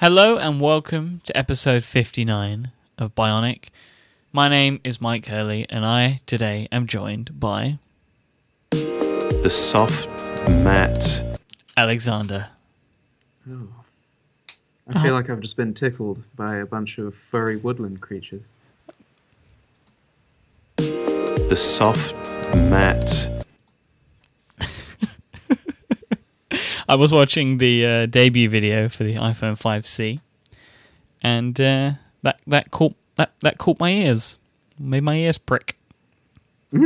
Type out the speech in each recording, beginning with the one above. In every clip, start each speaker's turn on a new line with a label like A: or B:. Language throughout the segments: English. A: Hello and welcome to episode 59 of Bionic. My name is Mike Hurley, and I today am joined by
B: The soft, matte.
A: Alexander.
C: Oh. I feel like I've just been tickled by a bunch of furry woodland creatures.
B: The soft, matte.
A: I was watching the uh, debut video for the iPhone 5C, and uh, that that caught that, that caught my ears, made my ears prick, as you would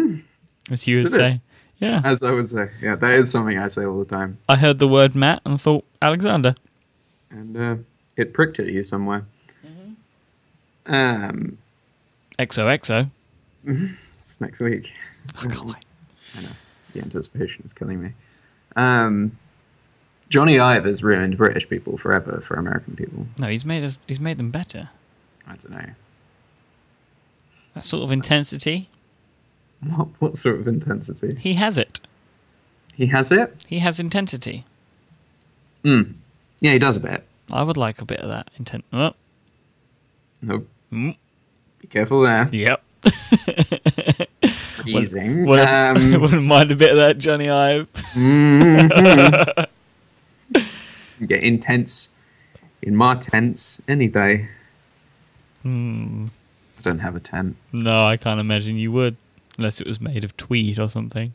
C: Mm-hmm. Did it?
A: say. Yeah,
C: As I would say, yeah, that is something I say all the time.
A: I heard the word Matt and thought Alexander.
C: And uh, it pricked at you somewhere. Um,
A: XOXO.
C: it's next week.
A: I can't
C: Mm-hmm.
A: wait.
C: I know. The anticipation is killing me. Um, Johnny Ive has ruined British people forever for American people.
A: No, he's made us. He's made them better.
C: I don't know.
A: That sort of intensity,
C: What, what sort of intensity?
A: he has it.
C: He has it?
A: He has intensity.
C: Mm. Yeah, he does a bit.
A: I would like a bit of that intent. Oh,
C: Nope.
A: mm,
C: Be careful there.
A: yep.
C: Freezing.
A: Wouldn't,
C: Um,
A: wouldn't mind a bit of that, Johnny Ive.
C: Mhm. Get intense in my tents any day.
A: Hmm.
C: I don't have a tent.
A: No, I can't imagine you would, unless it was made of tweed or something.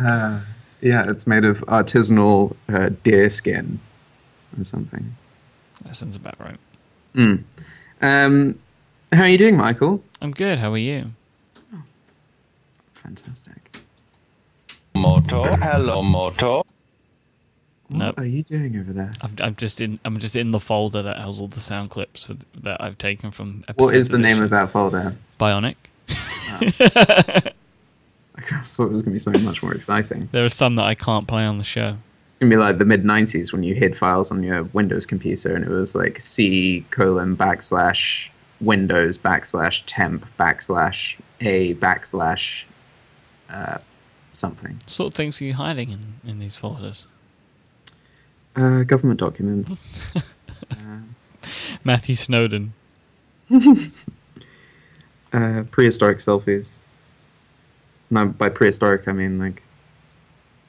C: Yeah, it's made of artisanal uh, deer skin or something.
A: That sounds about right.
C: Mm. Um, how are you doing, Michael?
A: I'm good. How are you?
C: Fantastic.
D: Moto, hello, Moto.
C: What
A: Nope.
C: are you doing over there?
A: I'm, I'm just in. I'm just in the folder that has all the sound clips for- that I've taken from. Episodes
C: What is the name of that Ah. folder?
A: Bionic?
C: I thought it was going to be something much more exciting.
A: There are some that I can't play on the show.
C: It's going to be like the mid 90s when you hid files on your Windows computer and it was like C colon backslash Windows backslash temp backslash A backslash uh, something.
A: What sort of things are you hiding in, in these folders?
C: Uh, government documents.
A: Matthew Snowden.
C: Uh, prehistoric selfies. No, by prehistoric, I mean like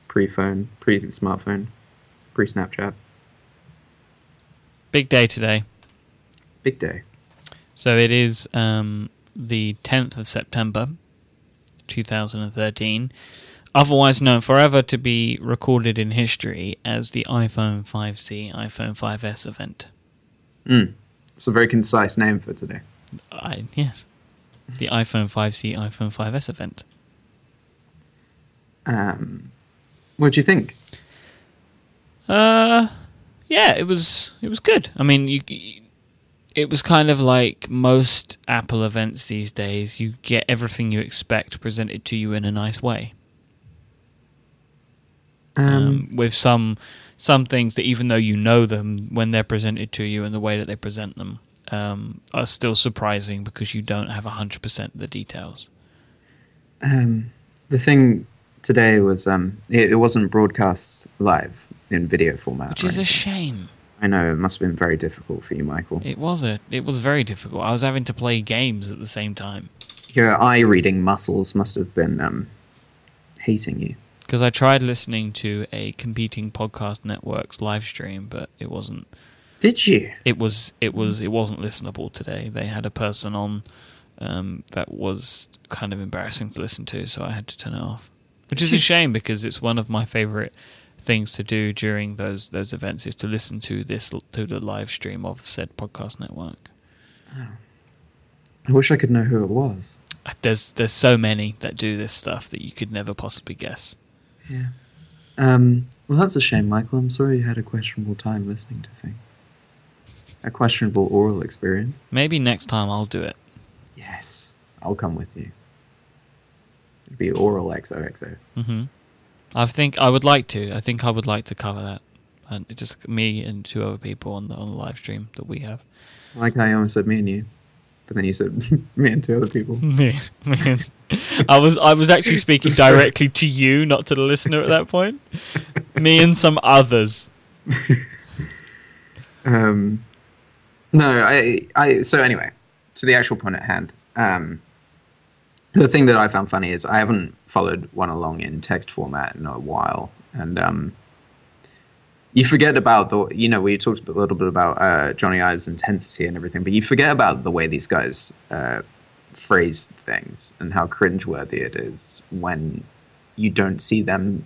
C: pre phone, pre smartphone, pre Snapchat.
A: Big day today.
C: Big day.
A: So it is um, the 10th of September, 2013, otherwise known forever to be recorded in history as the iPhone 5C, iPhone 5S event.
C: Mm. It's a very concise name for today.
A: I, yes, the iPhone 5C, iPhone 5S event.
C: Um, what do you think?
A: Uh, yeah, it was it was good. I mean, you, you- it was kind of like most Apple events these days. You get everything you expect presented to you in a nice way. um, with some some things that even though you know them when they're presented to you and the way that they present them um, are still surprising because you don't have 100% of the details
C: Um, the thing today was um, it, it wasn't broadcast live in video format.
A: which is
C: right?
A: a shame
C: I know it must have been very difficult for you, Michael.
A: it was a it was very difficult i was having to play games at the same time
C: Your eye reading muscles must have been um, hating you.
A: because i tried listening to a competing podcast network's live stream but it wasn't
C: Did you?
A: it was it was it wasn't listenable today they had a person on um, that was kind of embarrassing to listen to, so I had to turn it off. Which is a shame because it's one of my favorite things to do during those those events is to listen to this to the live stream of said podcast network.
C: I wish I could know who it was.
A: Uh, There's there's so many that do this stuff that you could never possibly guess.
C: Yeah. Um, well, that's a shame, Michael. I'm sorry you had a questionable time listening to things. A questionable oral experience.
A: Maybe next time I'll do it.
C: Yes, I'll come with you. It'd be oral XOXO.
A: hmm I think I would like to. I think I would like to cover that, and it's just me and two other people on the on the live stream that we have.
C: Like I almost said, me and you, but then you said me and two other people.
A: Me- me. I was I was actually speaking directly to you, not to the listener at that point. me and some others.
C: Um, no, I, I. So anyway, to the actual point at hand. Um, the thing that I found funny is I haven't followed one along in text format in a while, and um, you forget about the. You know, we talked a little bit about uh, Johnny Ives' intensity and everything, but you forget about the way these guys uh, phrase things and how cringeworthy it is when you don't see them.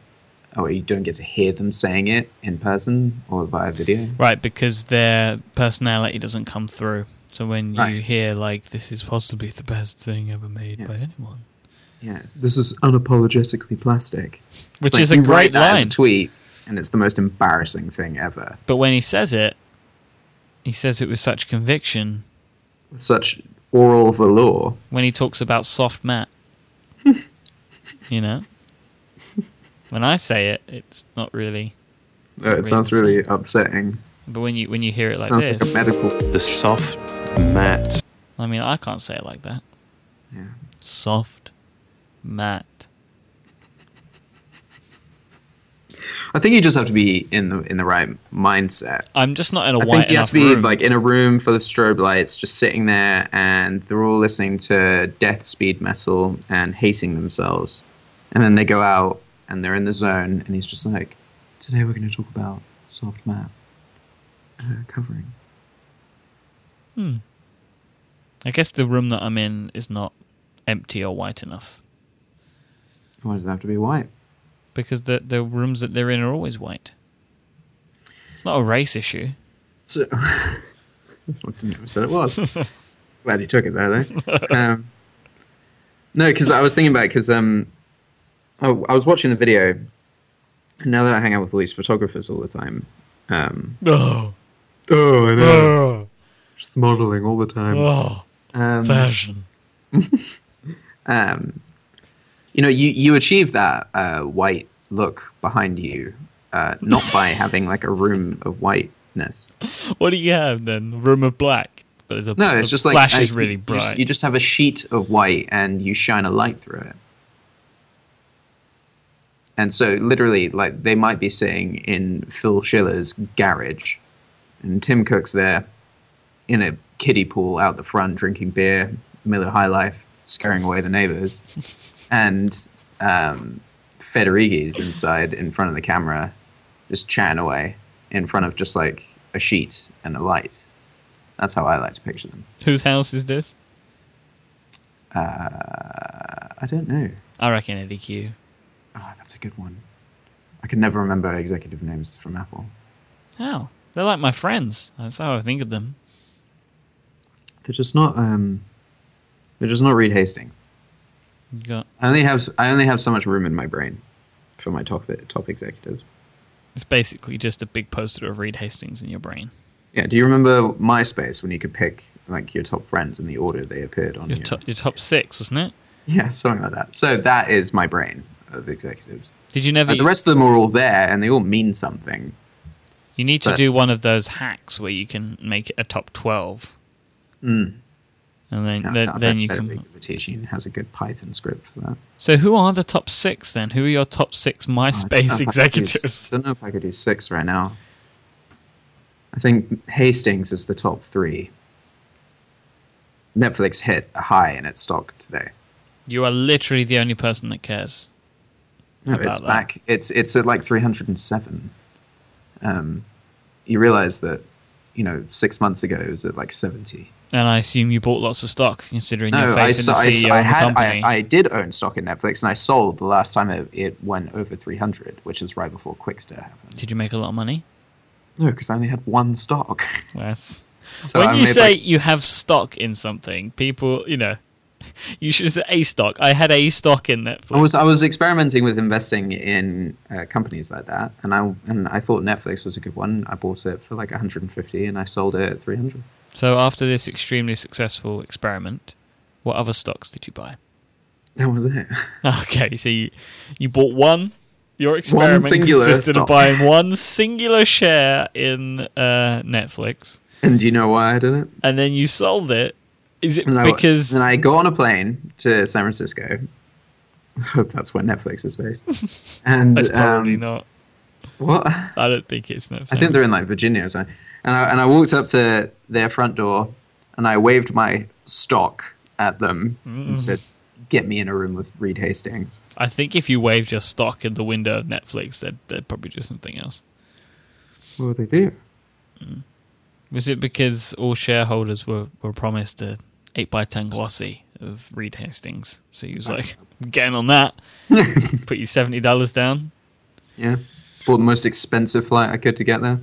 C: Or you don't get to hear them saying it in person or via video.
A: Right, because their personality doesn't come through. So when you
C: Right.
A: hear like this is possibly the best thing ever made by anyone,
C: Yeah, this is unapologetically plastic.
A: which
C: It's like
A: is a
C: you write
A: great
C: that as a
A: line,
C: tweet, and it's the most embarrassing thing ever.
A: but when he says it, he says it with such conviction.
C: Such oral velour.
A: When he talks about soft mat, you know, when I say it, it's not really.
C: Uh, it sounds really upsetting.
A: But when you when you hear it like
C: sounds
A: this,
C: like a medical.
B: The soft mat.
A: I mean, I can't say it like that.
C: Yeah.
A: Soft mat.
C: I think you just have to be in the in the right mindset.
A: I'm just not in a
C: I
A: white
C: think you have
A: enough
C: to be
A: room.
C: like in a room full of strobe lights, just sitting there, and they're all listening to death speed metal and hating themselves. And then they go out and they're in the zone, and he's just like, "Today we're going to talk about soft map uh, coverings."
A: I guess the room that I'm in is not empty or white enough
C: Why does it have to be white?
A: because the the rooms that they're in are always white. It's not a race issue.
C: So, I didn't know said it was. Glad you took it there, though. Um, no, because I was thinking about because um, I, I was watching the video. and Now that I hang out with all these photographers all the time, um,
A: No.
C: oh, I
A: Oh,
C: just modeling all the time.
A: oh,
C: Um,
A: fashion.
C: um, you know, you you achieve that uh, white look behind you, uh, not by having like a room of whiteness.
A: What do you have then? A room of black. But there's a,
C: No,
A: the
C: it's just like
A: flash
C: uh,
A: is really
C: you
A: bright.
C: Just, you just have a sheet of white and you shine a light through it. And so, literally, like they might be sitting in Phil Schiller's garage, and Tim Cook's there in a kiddie pool out the front drinking beer, Miller High Life, scaring away the neighbors, and um, Federighi's inside in front of the camera, just chatting away in front of just like a sheet and a light. That's how I like to picture them.
A: Whose house is this?
C: Uh, I don't know.
A: I reckon Eddie Q.
C: Ah, that's a good one. I can never remember executive names from Apple.
A: How? They're like my friends. That's how I think of them.
C: They're just not. Um, they're just not Reed Hastings.
A: You got
C: I only have I only have so much room in my brain for my top top executives.
A: it's basically just a big poster of Reed Hastings in your brain.
C: Yeah. Do you remember MySpace when you could pick like your top friends in the order they appeared on?
A: Your
C: your-
A: top your top six, wasn't it?
C: yeah, something like that. So that is my brain of executives.
A: Did you never
C: Like, the rest of them are all there, and they all mean something.
A: You need to
C: But-
A: do one of those hacks where you can make it a top twelve,
C: Hmm.
A: and then
C: No,
A: then,
C: no,
A: then
C: that-
A: you
C: that
A: can.
C: executive teaching has a good Python script for that.
A: So who are the top six then? Who are your top six
C: Oh, I don't know
A: MySpace
C: if I could do-
A: executives?
C: I don't know if I could do six right now. I think Hastings is the top three. Netflix hit a high in its stock today.
A: You are literally the only person that cares.
C: No,
A: About
C: it's
A: that.
C: back. It's it's at like 307. Um, you realize that, you know, six months ago it was at like 70.
A: And I assume you bought lots of stock, considering your
C: No,
A: faith
C: I,
A: in
C: so,
A: the
C: I,
A: CEO
C: I
A: of the
C: had I,
A: company.
C: I did own stock in Netflix and I sold the last time it, it went over 300, which is right before Quickster happened.
A: Did you make a lot of money?
C: No, because I only had one stock.
A: Yes.
C: So
A: when
C: I
A: you
C: made,
A: say
C: like-
A: you have stock in something, people, you know, you should say a stock. I had a stock in Netflix.
C: I was I was experimenting with investing in uh, companies like that, and I and I thought Netflix was a good one. I bought it for like 150, and I sold it at 300.
A: so after this extremely successful experiment, what other stocks did you buy?
C: That was it.
A: Okay, so you, you bought one. Your experiment
C: singular
A: consisted of
C: stock.
A: buying one singular share in uh, Netflix,
C: And do you know why I did it?
A: and then you sold it. Is it
C: And I,
A: because
C: and I got on a plane to San Francisco. I hope that's where Netflix is based. And
A: that's probably
C: um,
A: not?
C: What?
A: I don't think it's Snap
C: I
A: Snap.
C: think they're in like Virginia or something. And I, and I walked up to their front door and I waved my stock at them
A: Mm.
C: and said, Get me in a room with Reed Hastings.
A: I think if you waved your stock in the window of Netflix, they'd, they'd probably do something else.
C: What would they do?
A: Was it because all shareholders were, were promised a 8x10 glossy of Reed Hastings? So he was like, "I'm getting on that. Put your $70 down.
C: Yeah. Bought the most expensive flight I could to get there.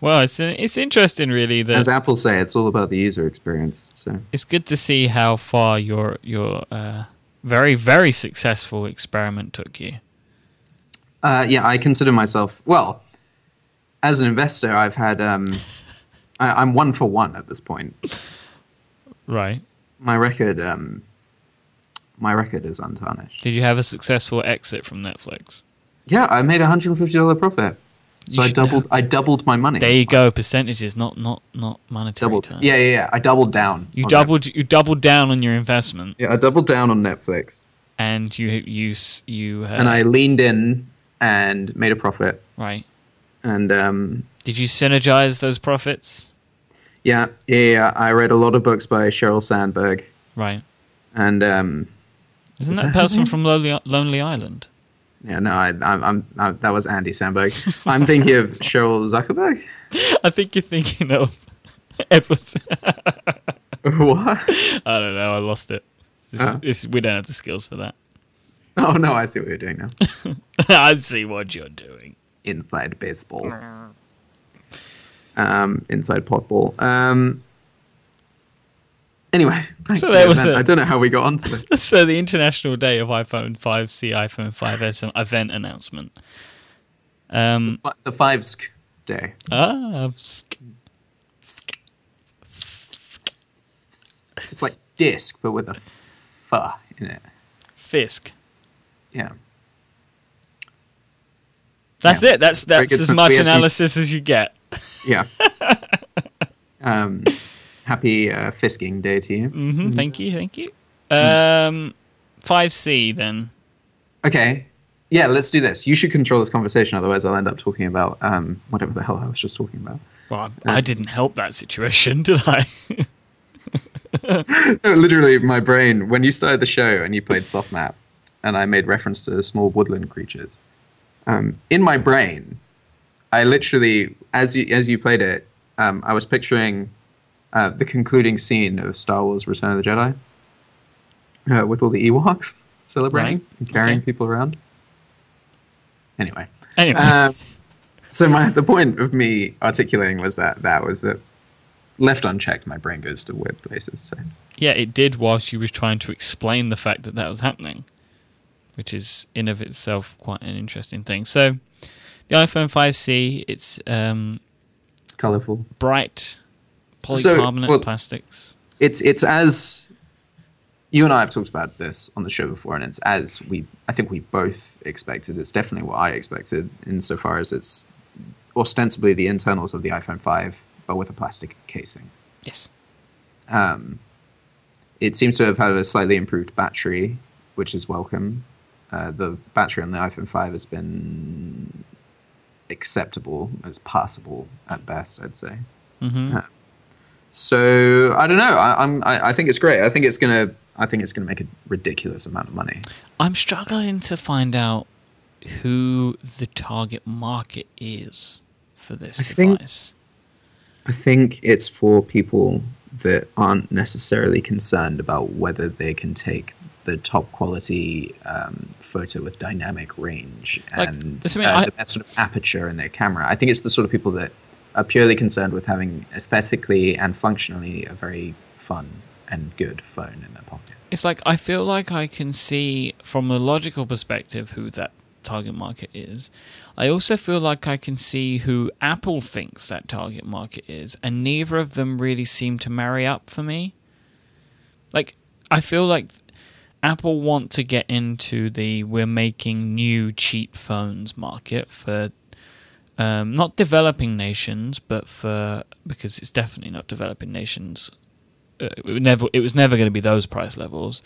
A: Well, it's, it's interesting, really, that.
C: As Apple say, it's all about the user experience. So
A: it's good to see how far your your uh, very very successful experiment took you.
C: Uh, yeah, I consider myself well. As an investor, I've had um, I, I'm one for one at this point.
A: Right?
C: My record, um, my record is untarnished.
A: Did you have a successful exit from Netflix?
C: Yeah, I made a hundred and fifty dollar profit, so
A: You
C: I
A: should-
C: doubled. I doubled my money.
A: There you go, percentages, not not not monetary.
C: doubled.
A: terms.
C: Yeah, yeah, yeah. I doubled down.
A: You
C: on
A: doubled you doubled down on your investment,
C: Netflix. Yeah, I doubled down on Netflix,
A: and you you s- you uh,
C: and I leaned in and made a profit.
A: right.
C: And um,
A: Did you synergize those profits?
C: yeah, yeah, yeah. I read a lot of books by Sheryl Sandberg,
A: Right.
C: and um,
A: Isn't
C: Is
A: that,
C: that her
A: person from Lonely, Lonely Island?
C: Yeah, no, I, I'm, I'm, i that was Andy Sandberg. I'm thinking of Sheryl Zuckerberg.
A: I think you're thinking of Edward.
C: what?
A: I don't know. I lost it. It's just-
C: Huh?
A: it's- we don't have the skills for that.
C: Oh no, I see what you're doing now.
A: I see what you're doing.
C: Inside baseball. Um, inside potball. Um. Anyway, thanks
A: So
C: for
A: there
C: the
A: was
C: event.
A: it.
C: I don't know how we got onto it.
A: So the International Day of iPhone 5C, iPhone 5S an event announcement. Um,
C: F- The five sk day.
A: ah, I've sk-
C: It's like disc, but with a f in it.
A: Fisk.
C: Yeah.
A: That's
C: Yeah.
A: it. That's
C: Very
A: that's
C: good
A: as
C: since
A: much
C: we had to-
A: analysis as you get.
C: Yeah. um. Happy uh, fisking day to you.
A: hmm
C: Mm.
A: Thank you. Thank you. Um, 5C then.
C: Okay. Yeah, let's do this. You should control this conversation, otherwise I'll end up talking about um, whatever the hell I was just talking about.
A: Well, I, I didn't help that situation, did I?
C: No, literally, my brain. When you started the show and you played Soft Map, and I made reference to small woodland creatures, um, in my brain, I literally, as you as you played it, um, I was picturing uh, the concluding scene of Star Wars: Return of the Jedi, uh, with all the Ewoks celebrating
A: Right.
C: and carrying
A: Okay.
C: people around. Anyway.
A: anyway,
C: Um, so my the point of me articulating was that that was that left unchecked, my brain goes to weird places. So
A: yeah, it did whilst you was trying to explain the fact that that was happening, which is in of itself quite an interesting thing. So, the iPhone 5C, it's um,
C: it's colourful.
A: bright
C: So,
A: polycarbonate
C: well-
A: plastics.
C: It's it's as you and I have talked about this on the show before, and it's as we I think we both expected. It's definitely what I expected insofar as it's ostensibly the internals of the iPhone five, but with a plastic casing.
A: Yes.
C: it seems to have had a slightly improved battery, which is welcome. Uh, the battery on the iPhone 5 has been acceptable, as passable at best, I'd say.
A: hmm
C: So I don't know. I, I'm. I, I think it's great. I think it's gonna. I think it's gonna make a ridiculous amount of money.
A: I'm struggling to find out who the target market is for this
C: I think-
A: device.
C: I think it's for people that aren't necessarily concerned about whether they can take the top quality um, photo with dynamic range
A: Like,
C: and
A: this- I mean,
C: uh,
A: I-
C: the best sort of aperture in their camera. I think it's the sort of people that are purely concerned with having aesthetically and functionally a very fun and good phone in their pocket.
A: It's like I feel like I can see from a logical perspective who that target market is. I also feel like I can see who Apple thinks that target market is, and neither of them really seem to marry up for me. Like I feel like Apple want to get into the we're making new cheap phones market for um, not developing nations, but for because it's definitely not developing nations uh, it would never it was never going to be those price levels,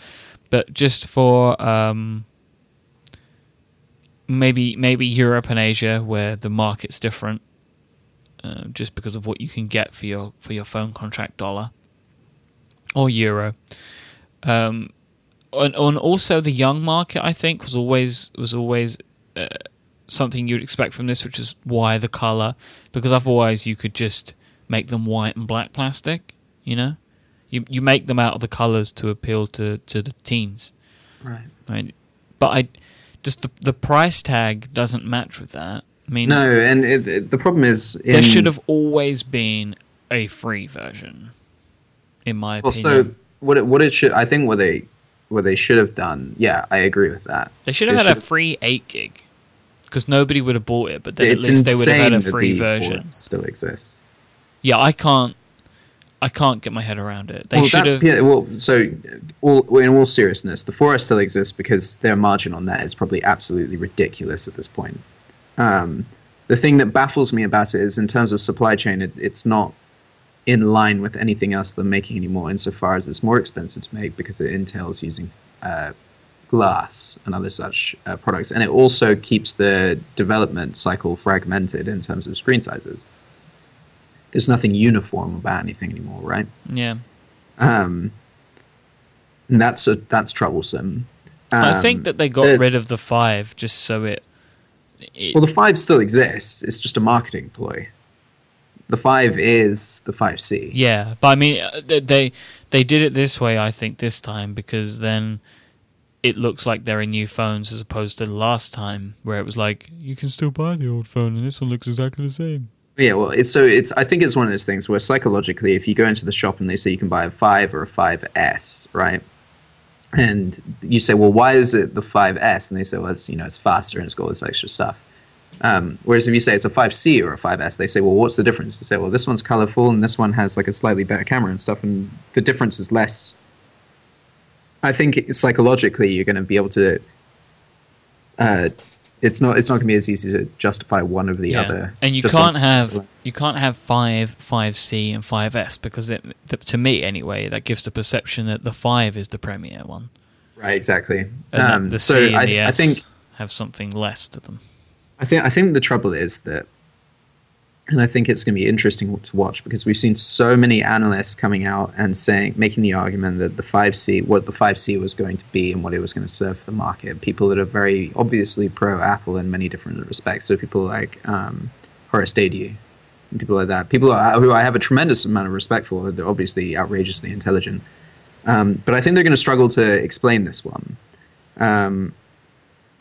A: but just for um, maybe maybe Europe and Asia where the market's different, uh, just because of what you can get for your for your phone contract dollar or euro. Um, and, and also the young market, I think, was always was always uh, something you'd expect from this, which is why the color, because otherwise you could just make them white and black plastic. You know, you you make them out of the colors to appeal to to the teens.
C: Right.
A: Right. But I just the the price tag doesn't match with that. I mean,
C: No, and it, it- the problem is in,
A: there should have always been a free version, in my
C: Well,
A: opinion.
C: so what it, what it should I think what they what they should have done. Yeah, I agree with that.
A: they should have
C: they
A: had a
C: should've-
A: free eight gig, because nobody would have bought it. But then
C: it's
A: at least they would have had a
C: insane that
A: free
C: the
A: version.
C: format still exists.
A: Yeah, I can't, I can't get my head around it. They
C: well,
A: should
C: that's
A: have.
C: yeah, well. So, all, in all seriousness, the forest still exists because their margin on that is probably absolutely ridiculous at this point. Um, the thing that baffles me about it is, in terms of supply chain, it, it's not in line with anything else they're making anymore. Insofar as it's more expensive to make because it entails using uh, glass and other such uh, products, and it also keeps the development cycle fragmented in terms of screen sizes. There's nothing uniform about anything anymore, right?
A: Yeah,
C: um, and that's a, that's troublesome.
A: I
C: Um,
A: think that they got
C: the-
A: rid of the five just so it. it
C: well, the five still exists. It's just a marketing ploy. The five is the five C.
A: Yeah, but I mean, uh, they- they they did it this way. I think this time because then it looks like there are new phones as opposed to last time where it was like you can still buy the old phone and this one looks exactly the same.
C: Yeah, well, it's, so it's. I think it's one of those things where psychologically, if you go into the shop and they say you can buy a five or a five S, right? And you say, well, why is it the five S? And they say, well, it's you know, it's faster and it's got all this extra stuff. Um, whereas if you say it's a five C or a five S, they say, well, what's the difference? You say, well, this one's colorful and this one has like a slightly better camera and stuff, and the difference is less. I think psychologically, you're going to be able to. Uh, it's not. It's not going to be as easy to justify one over the other.
A: and you
C: just
A: can't
C: on-
A: have you can't have five, five C, and five S because it, th to me anyway that gives the perception that the five is the premier one.
C: Right, exactly.
A: And that
C: Um,
A: the
C: so
A: C and
C: I,
A: the
C: I
A: S
C: think
A: have something less to them.
C: I think I think the trouble is that, and I think it's going to be interesting to watch because we've seen so many analysts coming out and saying, making the argument that the five C, what the five C was going to be and what it was going to serve the market. People that are very obviously pro Apple in many different respects. So people like um, Horace Dadew and people like that. People who I have a tremendous amount of respect for. They're obviously outrageously intelligent. Um, but I think they're going to struggle to explain this one um,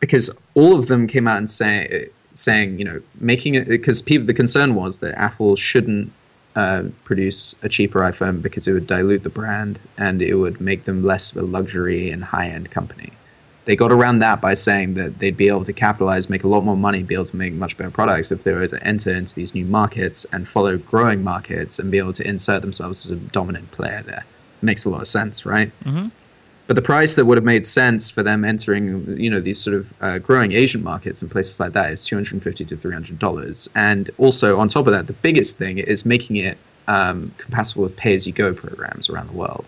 C: because all of them came out and say, saying, you know, making it because people the concern was that Apple shouldn't uh, produce a cheaper iPhone because it would dilute the brand and it would make them less of a luxury and high end company. They got around that by saying that they'd be able to capitalize, make a lot more money, be able to make much better products if they were to enter into these new markets and follow growing markets and be able to insert themselves as a dominant player there. Makes a lot of sense, right? but the price that would have made sense for them entering you know these sort of uh, growing asian markets and places like that is 250 to 300 dollars and also on top of that the biggest thing is making it um, compatible with pay-as-you-go programs around the world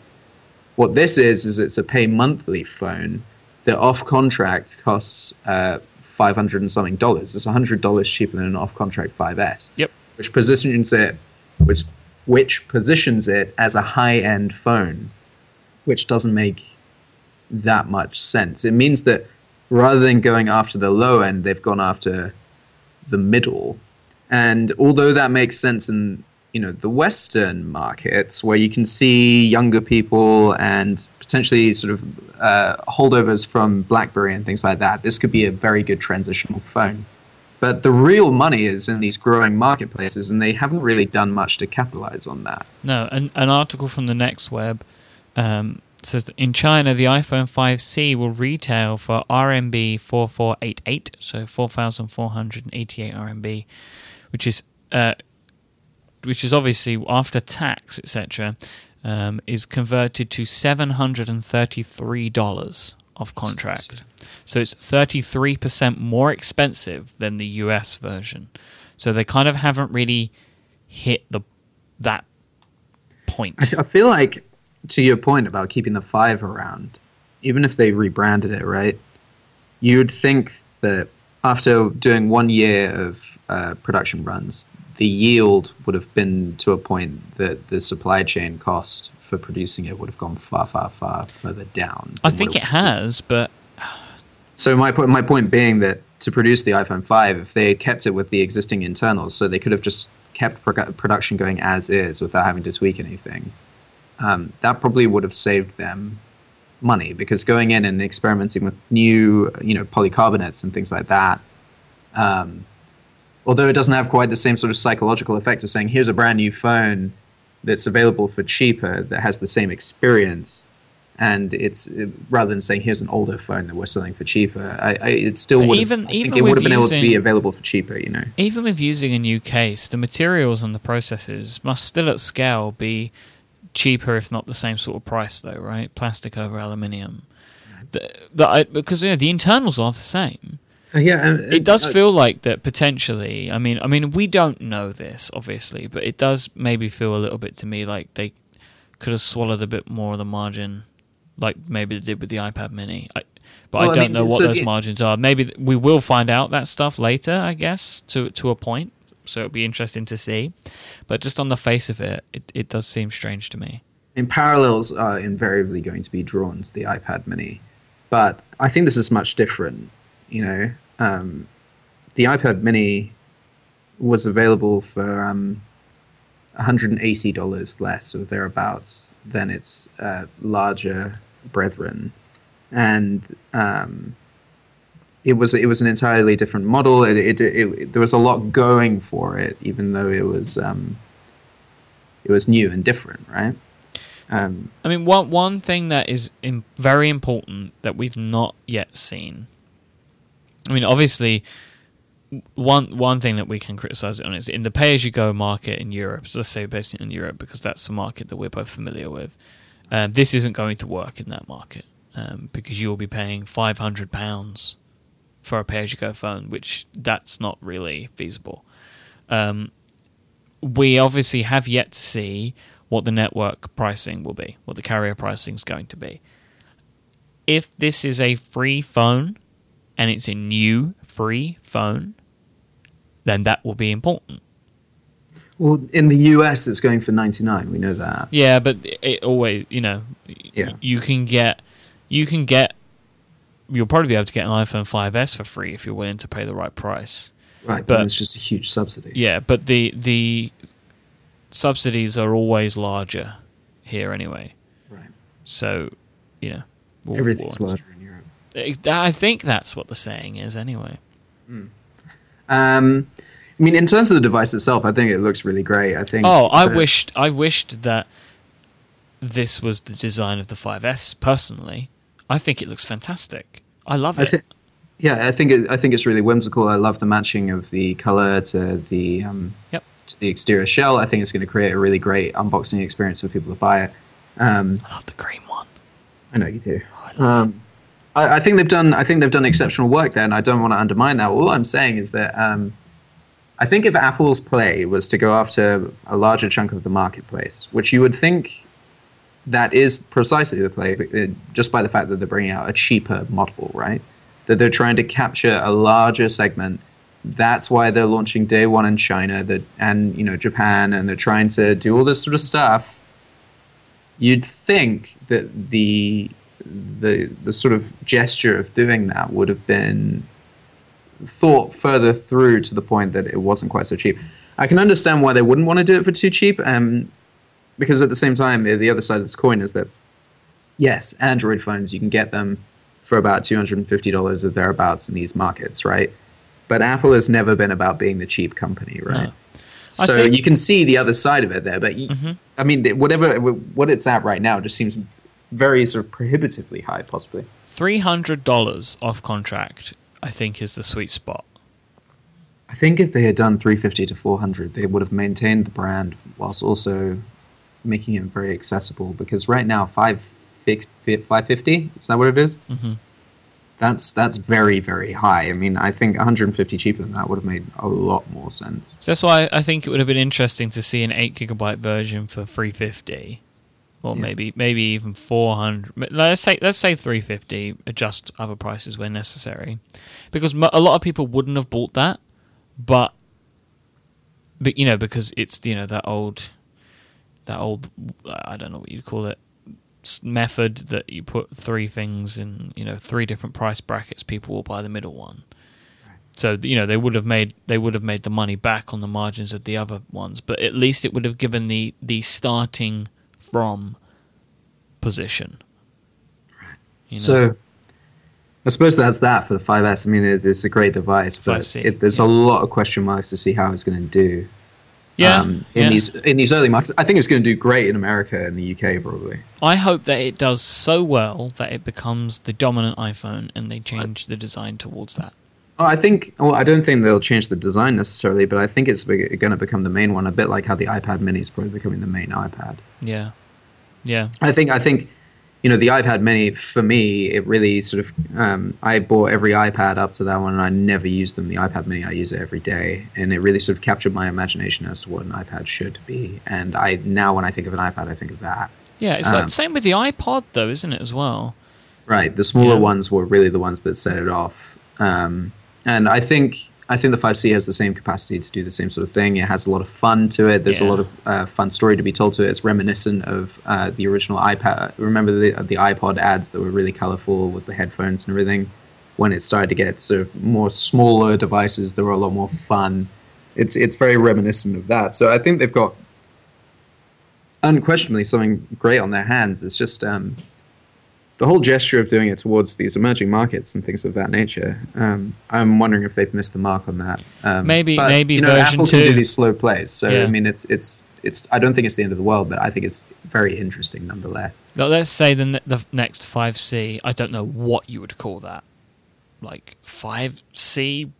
C: what this is is it's a pay monthly phone that off contract costs uh, 500 and something dollars it's 100 dollars cheaper than an off contract 5s
A: Yep.
C: which positions it which which positions it as a high end phone which doesn't make that much sense. It means that rather than going after the low end, they've gone after the middle. And although that makes sense in you know the Western markets, where you can see younger people and potentially sort of uh, holdovers from BlackBerry and things like that, this could be a very good transitional phone. But the real money is in these growing marketplaces, and they haven't really done much to capitalize on that.
A: No, an, an article from the Next Web um, says that in China, the iPhone 5C will retail for RMB 4488, so 4,488 RMB, which is uh, which is obviously after tax, etc., um, is converted to $733 off contract. So it's 33% more expensive than the US version. So they kind of haven't really hit the that point.
C: I I feel like, to your point about keeping the five around, even if they rebranded it, right? You'd think that after doing one year of uh, production runs, the yield would have been to a point that the supply chain cost for producing it would have gone far, far, far further down.
A: I
C: than
A: think
C: what
A: it has, but
C: So my point, my point being that to produce the iPhone 5, if they had kept it with the existing internals, so they could have just kept produ- production going as is without having to tweak anything, um, that probably would have saved them money because going in and experimenting with new, you know, polycarbonates and things like that. Um, although it doesn't have quite the same sort of psychological effect of saying, here's a brand new phone that's available for cheaper that has the same experience and it's uh, rather than saying here's an older phone that we're selling for cheaper, I, I it still
A: But
C: would
A: even-
C: even, I think
A: even
C: it would
A: with
C: have been able to be
A: using-
C: available for cheaper, you know.
A: even with using a new case, the materials and the processes must still at scale be cheaper, if not the same sort of price, though, right? Plastic over aluminium. The, the, I, because you know, the internals are the same.
C: Uh, yeah, and,
A: It does feel like that potentially. I mean, I mean, we don't know this obviously, but it does maybe feel a little bit to me like they could have swallowed a bit more of the margin, like maybe they did with the iPad Mini. I, but
C: Well,
A: I
C: I
A: don't
C: mean,
A: know what
C: so
A: those
C: the-
A: margins are. Maybe th- we will find out that stuff later, I guess, to to a point. So it'll be interesting to see. But just on the face of it, it, it does seem strange to me.
C: in parallels are invariably going to be drawn to the iPad Mini, but I think this is much different. You know, um, the iPad Mini was available for um, $180 less or thereabouts than its uh, larger brethren, and um, it was it was an entirely different model. It, it, it, it- there was a lot going for it, even though it was um, it was new and different, right? Um,
A: I mean, one one thing that is im very important that we've not yet seen. I mean, obviously, w- one one thing that we can criticize it on is in the pay as you go market in Europe. So let's say based in Europe because that's the market that we're both familiar with. Um, this isn't going to work in that market um, because you will be paying five hundred pounds for a pay as you go phone, which that's not really feasible. Um, we obviously have yet to see what the network pricing will be, what the carrier pricing is going to be. If this is a free phone and it's a new free phone, then that will be important.
C: Well, in the US, it's going for 99. We know that.
A: Yeah, but it always, you know, y-
C: Yeah.
A: you can get, you can get, you'll probably be able to get an iPhone 5S for free if you're willing to pay the right price.
C: Right,
A: But-
C: but it's just a huge subsidy.
A: Yeah, but the the subsidies are always larger here anyway.
C: Right.
A: So, you know, we'll-
C: Everything's
A: we'll-
C: larger in Europe.
A: It- I think that's what the saying is anyway.
C: Um, I mean, in terms of the device itself, I think it looks really great. I think.
A: Oh, I
C: that-
A: wished I wished that this was the design of the 5S personally. I think it looks fantastic. I love
C: I
A: it.
C: thi- yeah, I think it, I think it's really whimsical. I love the matching of the color to the um,
A: Yep.
C: to the exterior shell. I think it's going to create a really great unboxing experience for people to buy it. Um,
A: I love the green one.
C: I know you do.
A: I love
C: Um, I, I think they've done. I think they've done exceptional work there, and I don't want to undermine that. All I'm saying is that um, I think if Apple's play was to go after a larger chunk of the marketplace, which you would think that is precisely the play, uh, just by the fact that they're bringing out a cheaper model, right? That they're trying to capture a larger segment. That's why they're launching day one in China, that and you know Japan, and they're trying to do all this sort of stuff you'd think that the the the sort of gesture of doing that would have been thought further through to the point that it wasn't quite so cheap. I can understand why they wouldn't want to do it for too cheap, um, because at the same time, the other side of this coin is that yes, Android phones you can get them for about two hundred and fifty dollars or thereabouts in these markets, right? But Apple has never been about being the cheap company, right?
A: No. I
C: So
A: think-
C: you can see the other side of it there, but y I
A: Mhm.
C: I mean, th- whatever what it's at right now just seems very sort of prohibitively high, possibly.
A: Three hundred dollars off contract, I think, is the sweet spot.
C: I think if they had done 350 to 400, they would have maintained the brand whilst also making it very accessible. Because right now, 550 is that what it is?
A: Mhm.
C: That's that's very very high. I mean, I think 150 cheaper than that would have made a lot more sense.
A: So that's why I think it would have been interesting to see an eight gigabyte version for three fifty, or
C: Yeah.
A: maybe maybe even 400 but let's say let's say 350 adjust other prices where necessary because mo- a lot of people wouldn't have bought that but but you know because it's you know that old that old i don't know what you'd call it s- method that you put three things in you know three different price brackets people will buy the middle one so you know they would have made they would have made the money back on the margins of the other ones, but at least it would have given the the starting from position. You know?
C: So I suppose that's that for the 5S. I mean, it's, it's a great device, but
A: 5C,
C: it, there's a
A: yeah.
C: lot of question marks to see how it's going to do. um,
A: yeah,
C: in
A: yeah.
C: these in these early markets, I think it's going to do great in America and the UK probably.
A: I hope that it does so well that it becomes the dominant iPhone, and they change the design towards that.
C: Oh, I think. Well, I don't think they'll change the design necessarily, but I think it's going to become the main one. A bit like how the iPad Mini is probably becoming the main iPad.
A: Yeah, yeah,
C: I think I think you know the iPad Mini for me it really sort of um, I bought every iPad up to that one and I never used them. The iPad Mini I use it every day and it really sort of captured my imagination as to what an iPad should be. And I now when I think of an iPad I think of that.
A: yeah. It's like
C: Um,
A: the same with the iPod, though, isn't it as well?
C: Right, the smaller
A: Yeah.
C: ones were really the ones that set it off. Um, and I think I think the 5C has the same capacity to do the same sort of thing. It has a lot of fun to it. There's a
A: Yeah.
C: lot of uh, fun story to be told to it. It's reminiscent of uh, the original iPad. Remember the the iPod ads that were really colorful with the headphones and everything. When it started to get sort of more smaller devices, they were a lot more fun. It's it's very reminiscent of that. So I think they've got unquestionably something great on their hands. It's just um, the whole gesture of doing it towards these emerging markets and things of that nature. Um, I'm wondering if they've missed the mark on that. Um,
A: Maybe-
C: but,
A: maybe
C: you know,
A: version
C: Apple can do
A: two.
C: these slow plays. So
A: Yeah.
C: I mean, it's it's it's. I don't think it's the end of the world, but I think it's very interesting nonetheless.
A: Now, let's say the, ne- the next 5C, I don't know what you would call that. Like 5CS?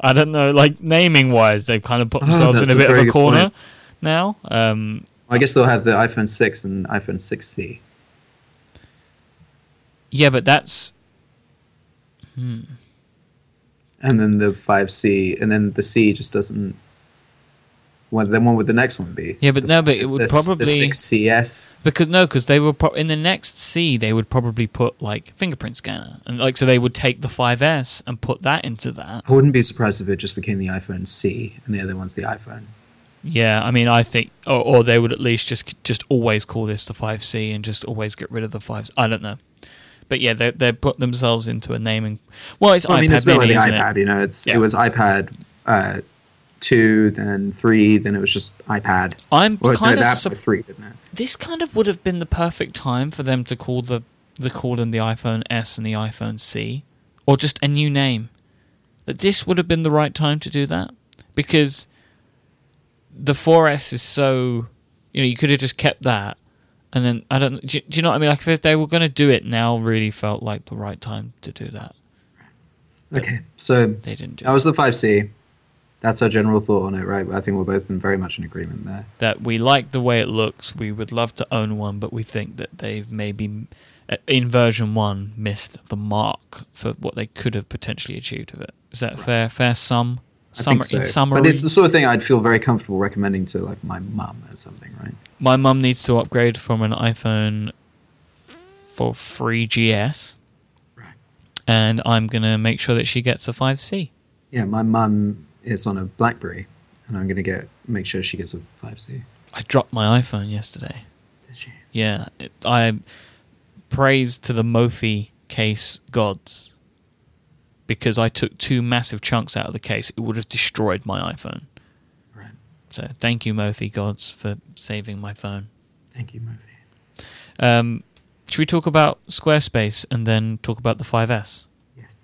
A: I don't know. Like naming wise, they've kind of put
C: Ah,
A: themselves
C: that's
A: in a
C: a
A: bit
C: very
A: of a
C: good
A: corner
C: point.
A: now. Um,
C: I guess they'll have the iPhone 6 and iPhone 6C.
A: yeah, but that's.
C: and then the 5C, and then the C just doesn't. Well, then what would the next one be?
A: Yeah, but no, but it would
C: The s-
A: probably.
C: the 6CS.
A: Because no, because they were pro- in the next C, they would probably put like fingerprint scanner, and like so they would take the 5S and put that into that.
C: I wouldn't be surprised if it just became the iPhone C, and the other one's the iPhone.
A: Yeah, I mean, I think, or, or they would at least just just always call this the five C and just always get rid of the fives. I don't know, but yeah, they they put themselves into a naming. Well, it's
C: Well,
A: iPad
C: I mean, it's a bit
A: Mini,
C: like the
A: isn't
C: iPad.
A: it?
C: You know, it's
A: Yeah.
C: it was iPad uh, two, then three, then it was just iPad.
A: I'm
C: Well, no,
A: kind
C: the
A: of
C: app
A: sup-
C: was three, didn't it?
A: this kind of would have been the perfect time for them to call the the call them the iPhone S and the iPhone C, or just a new name. That this would have been the right time to do that because the 4S is so you know you could have just kept that and then I don't do you, do you know what I mean like if they were going to do it now really felt like the right time to do that
C: Okay, so
A: they didn't do
C: that was the five C. That's our general thought on it, right? I think we're both in very much in agreement there.
A: it. that we like the way it looks we would love to own one but we think that they've maybe uh, in version 1 missed the mark for what they could have potentially achieved of it is that a fair fair sum
C: I
A: Summer,
C: think so.
A: in summary,
C: But it's the sort of thing I'd feel very comfortable recommending to like my mum or something, right?
A: my mum needs to upgrade from an iPhone for 3GS.
C: Right.
A: And I'm going to make sure that she gets a 5C.
C: Yeah, my mum is on a BlackBerry, and I'm gonna get make sure she gets a five C.
A: I dropped my iPhone yesterday.
C: Did she?
A: Yeah. It, I praise to the Mophie case gods because I took two massive chunks out of the case. It would have destroyed my iPhone.
C: Right.
A: So thank you, Mophie gods, for saving my phone.
C: Thank you, Murphy.
A: Um, should we talk about Squarespace and then talk about the 5S?
C: Yes.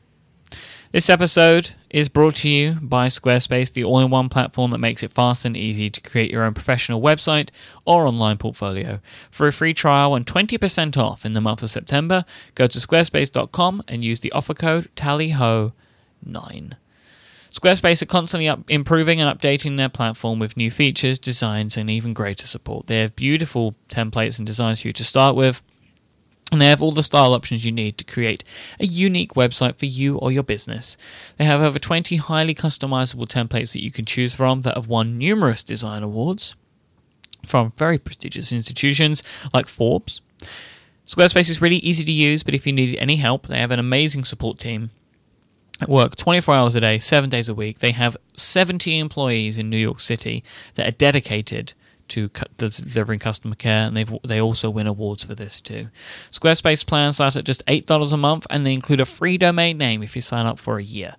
A: This episode is brought to you by Squarespace, the all in one platform that makes it fast and easy to create your own professional website or online portfolio. For a free trial and 20% off in the month of September, go to squarespace.com and use the offer code TALLYHO9. Squarespace are constantly up improving and updating their platform with new features, designs, and even greater support. They have beautiful templates and designs for you to start with. And they have all the style options you need to create a unique website for you or your business. They have over 20 highly customizable templates that you can choose from that have won numerous design awards. from very prestigious institutions like Forbes. Squarespace is really easy to use, but if you need any help, they have an amazing support team at work 24 hours a day, seven days a week. They have 70 employees in New York City that are dedicated to cu- delivering customer care, and they've, they also win awards for this too. Squarespace plans start at just $8 a month, and they include a free domain name if you sign up for a year.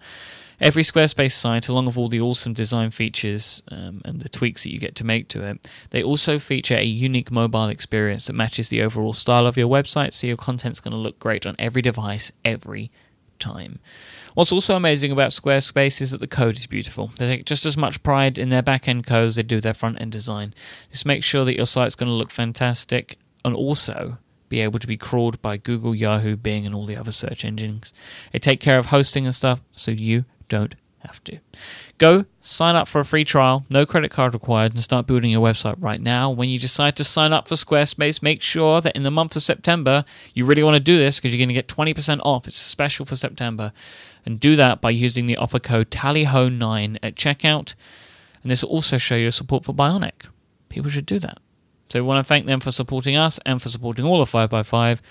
A: Every Squarespace site, along with all the awesome design features um, and the tweaks that you get to make to it, they also feature a unique mobile experience that matches the overall style of your website, so your content's going to look great on every device every time. What's also amazing about Squarespace is that the code is beautiful. They take just as much pride in their back end code as they do their front end design. Just make sure that your site's going to look fantastic and also be able to be crawled by Google, Yahoo, Bing, and all the other search engines. They take care of hosting and stuff so you don't have to. Go sign up for a free trial, no credit card required, and start building your website right now. When you decide to sign up for Squarespace, make sure that in the month of September, you really want to do this because you're going to get 20% off. It's a special for September. And do that by using the offer code TALLYHO9 at checkout. And this will also show your support for Bionic. People should do that. So we want to thank them for supporting us and for supporting all of 5x5.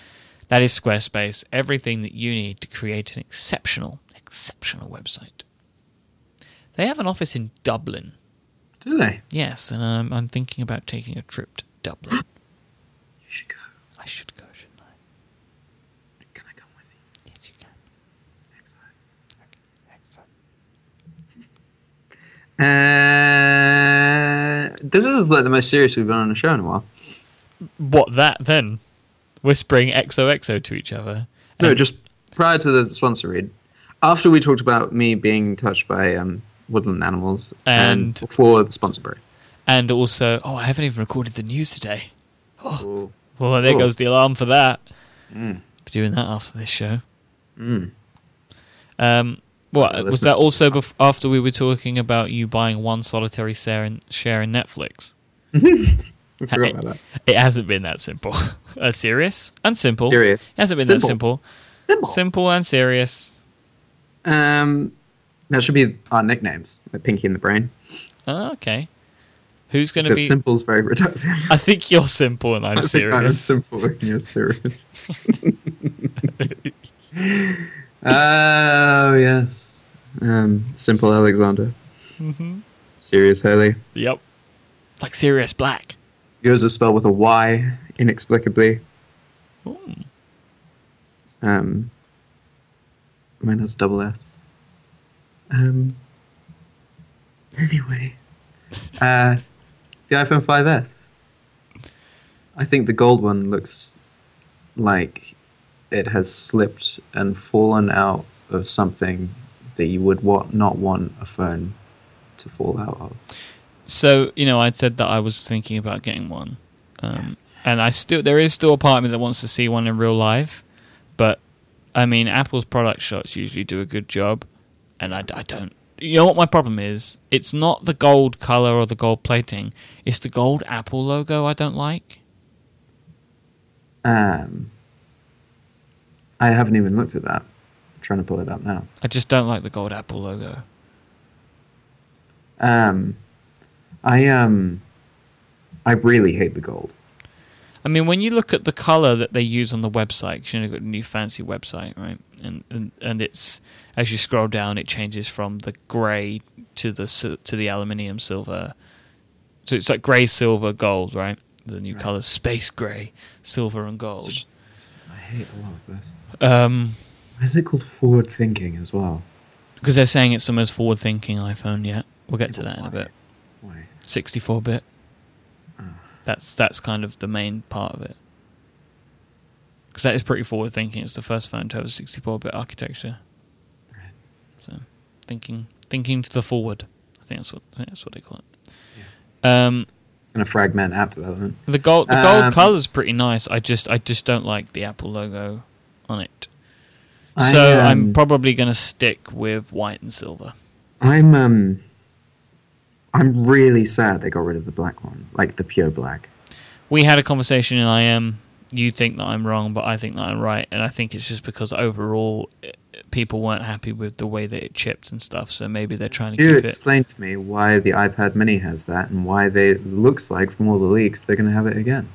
A: That is Squarespace, everything that you need to create an exceptional, exceptional website. They have an office in Dublin.
C: Do they?
A: Yes, and um, I'm thinking about taking a trip to Dublin.
C: You should go.
A: I should go, shouldn't I?
C: Can I come with you?
A: Yes, you can.
C: Uh, this is like the most serious we've been on the show in a while.
A: What that then? Whispering XOXO to each other.
C: No, just prior to the sponsor read, after we talked about me being touched by um, woodland animals,
A: And-
C: before the sponsor break.
A: And also, oh, I haven't even recorded the news today.
C: Ooh.
A: Well, there
C: Oh.
A: goes the alarm for that.
C: Mm.
A: Be doing that after this show. Um, what
C: Okay,
A: was
C: Mm. let's
A: that
C: not-
A: also bef- after we were talking about you buying one solitary share in, share in Netflix?
C: I forgot about
A: It hasn't been that simple. uh, serious and simple.
C: Serious.
A: Oh. It hasn't been that
C: Simple.
A: simple. Simple and serious.
C: that. Um, that should be our nicknames, like Pinky and the Brain.
A: Ah, okay. Who's going to
C: Except
A: be?
C: simple's very reductive.
A: I think you're simple and I'm
C: I think I'm
A: serious.
C: simple when you're serious. oh yes, um, simple Alexander. Serious Hurley.
A: Yep. Like serious black.
C: Yours is spelled with a Y, inexplicably. Um, mine has a double S. Um, anyway, uh, the iPhone 5S. I think the gold one looks like it has slipped and fallen out of something that you would wa- not want a phone to fall out of.
A: So you know, I said that I was thinking about getting one, um, and I still there is still a part of me that wants to see one in real life, but I mean, Apple's product shots usually do a good job, and I, I don't. You know what my problem is? It's not the gold color or the gold plating. It's the gold Apple logo I don't like.
C: Um, I haven't even looked at that. I'm trying to pull it up now.
A: I just don't like the gold Apple logo.
C: Um, I um, I really hate the gold.
A: I mean, when you look at the color that they use on the website, 'cause, you know, they've got a new fancy website, right? And, and and it's as you scroll down, it changes from the grey to the sil- to the aluminium silver. So it's like grey, silver, gold, right? The new colors: space grey, silver, and gold.
C: I hate a lot of this.
A: Um,
C: Why is it called forward thinking as well?
A: because they're saying it's the most forward-thinking iPhone yet. We'll get to that in a bit.
C: Why?
A: 64-bit. That's that's kind of the main part of it. Because that is pretty forward thinking. It's the first phone to have a 64-bit architecture. So thinking thinking to the forward. I think that's what I think that's what they call it. Um,
C: It's gonna fragment app development.
A: the gold the gold
C: Um,
A: color's pretty nice. I just I just don't like the Apple logo on it.
C: I,
A: So I'm
C: um,
A: probably going to stick with white and silver.
C: I'm um, I'm really sad they got rid of the black one, like the pure black.
A: we had a conversation in IM you think that I'm wrong, but I think that I'm right, and I think it's just because overall eh, people weren't happy with the way that it chipped and stuff. So maybe they're trying to
C: Do
A: keep it.
C: explain to me why the iPad Mini has that and why they it looks like from all the leaks they're going to have it again.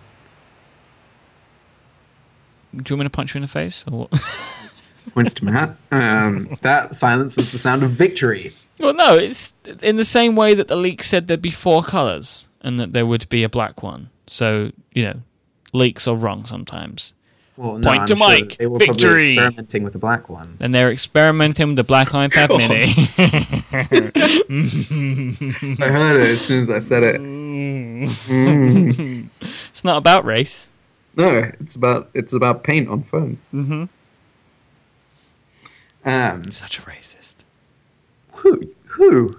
A: Do you want me to punch you in the face? Or what?
C: Winston Matt, um, that silence was the sound of victory.
A: well, no, it's in the same way that the leak said there'd be four colors and that there would be a black one. So you know, leaks are wrong sometimes.
C: Well, no,
A: Point
C: I'm
A: to
C: sure
A: Mike.
C: They were probably
A: Victory.
C: experimenting with the black one.
A: And they're experimenting with the black iPad Mini.
C: I heard it as soon as I said it.
A: it's not about race.
C: No, it's about it's about paint on phones. Mm-hmm. Um,
A: I'm such a racist.
C: who? Who?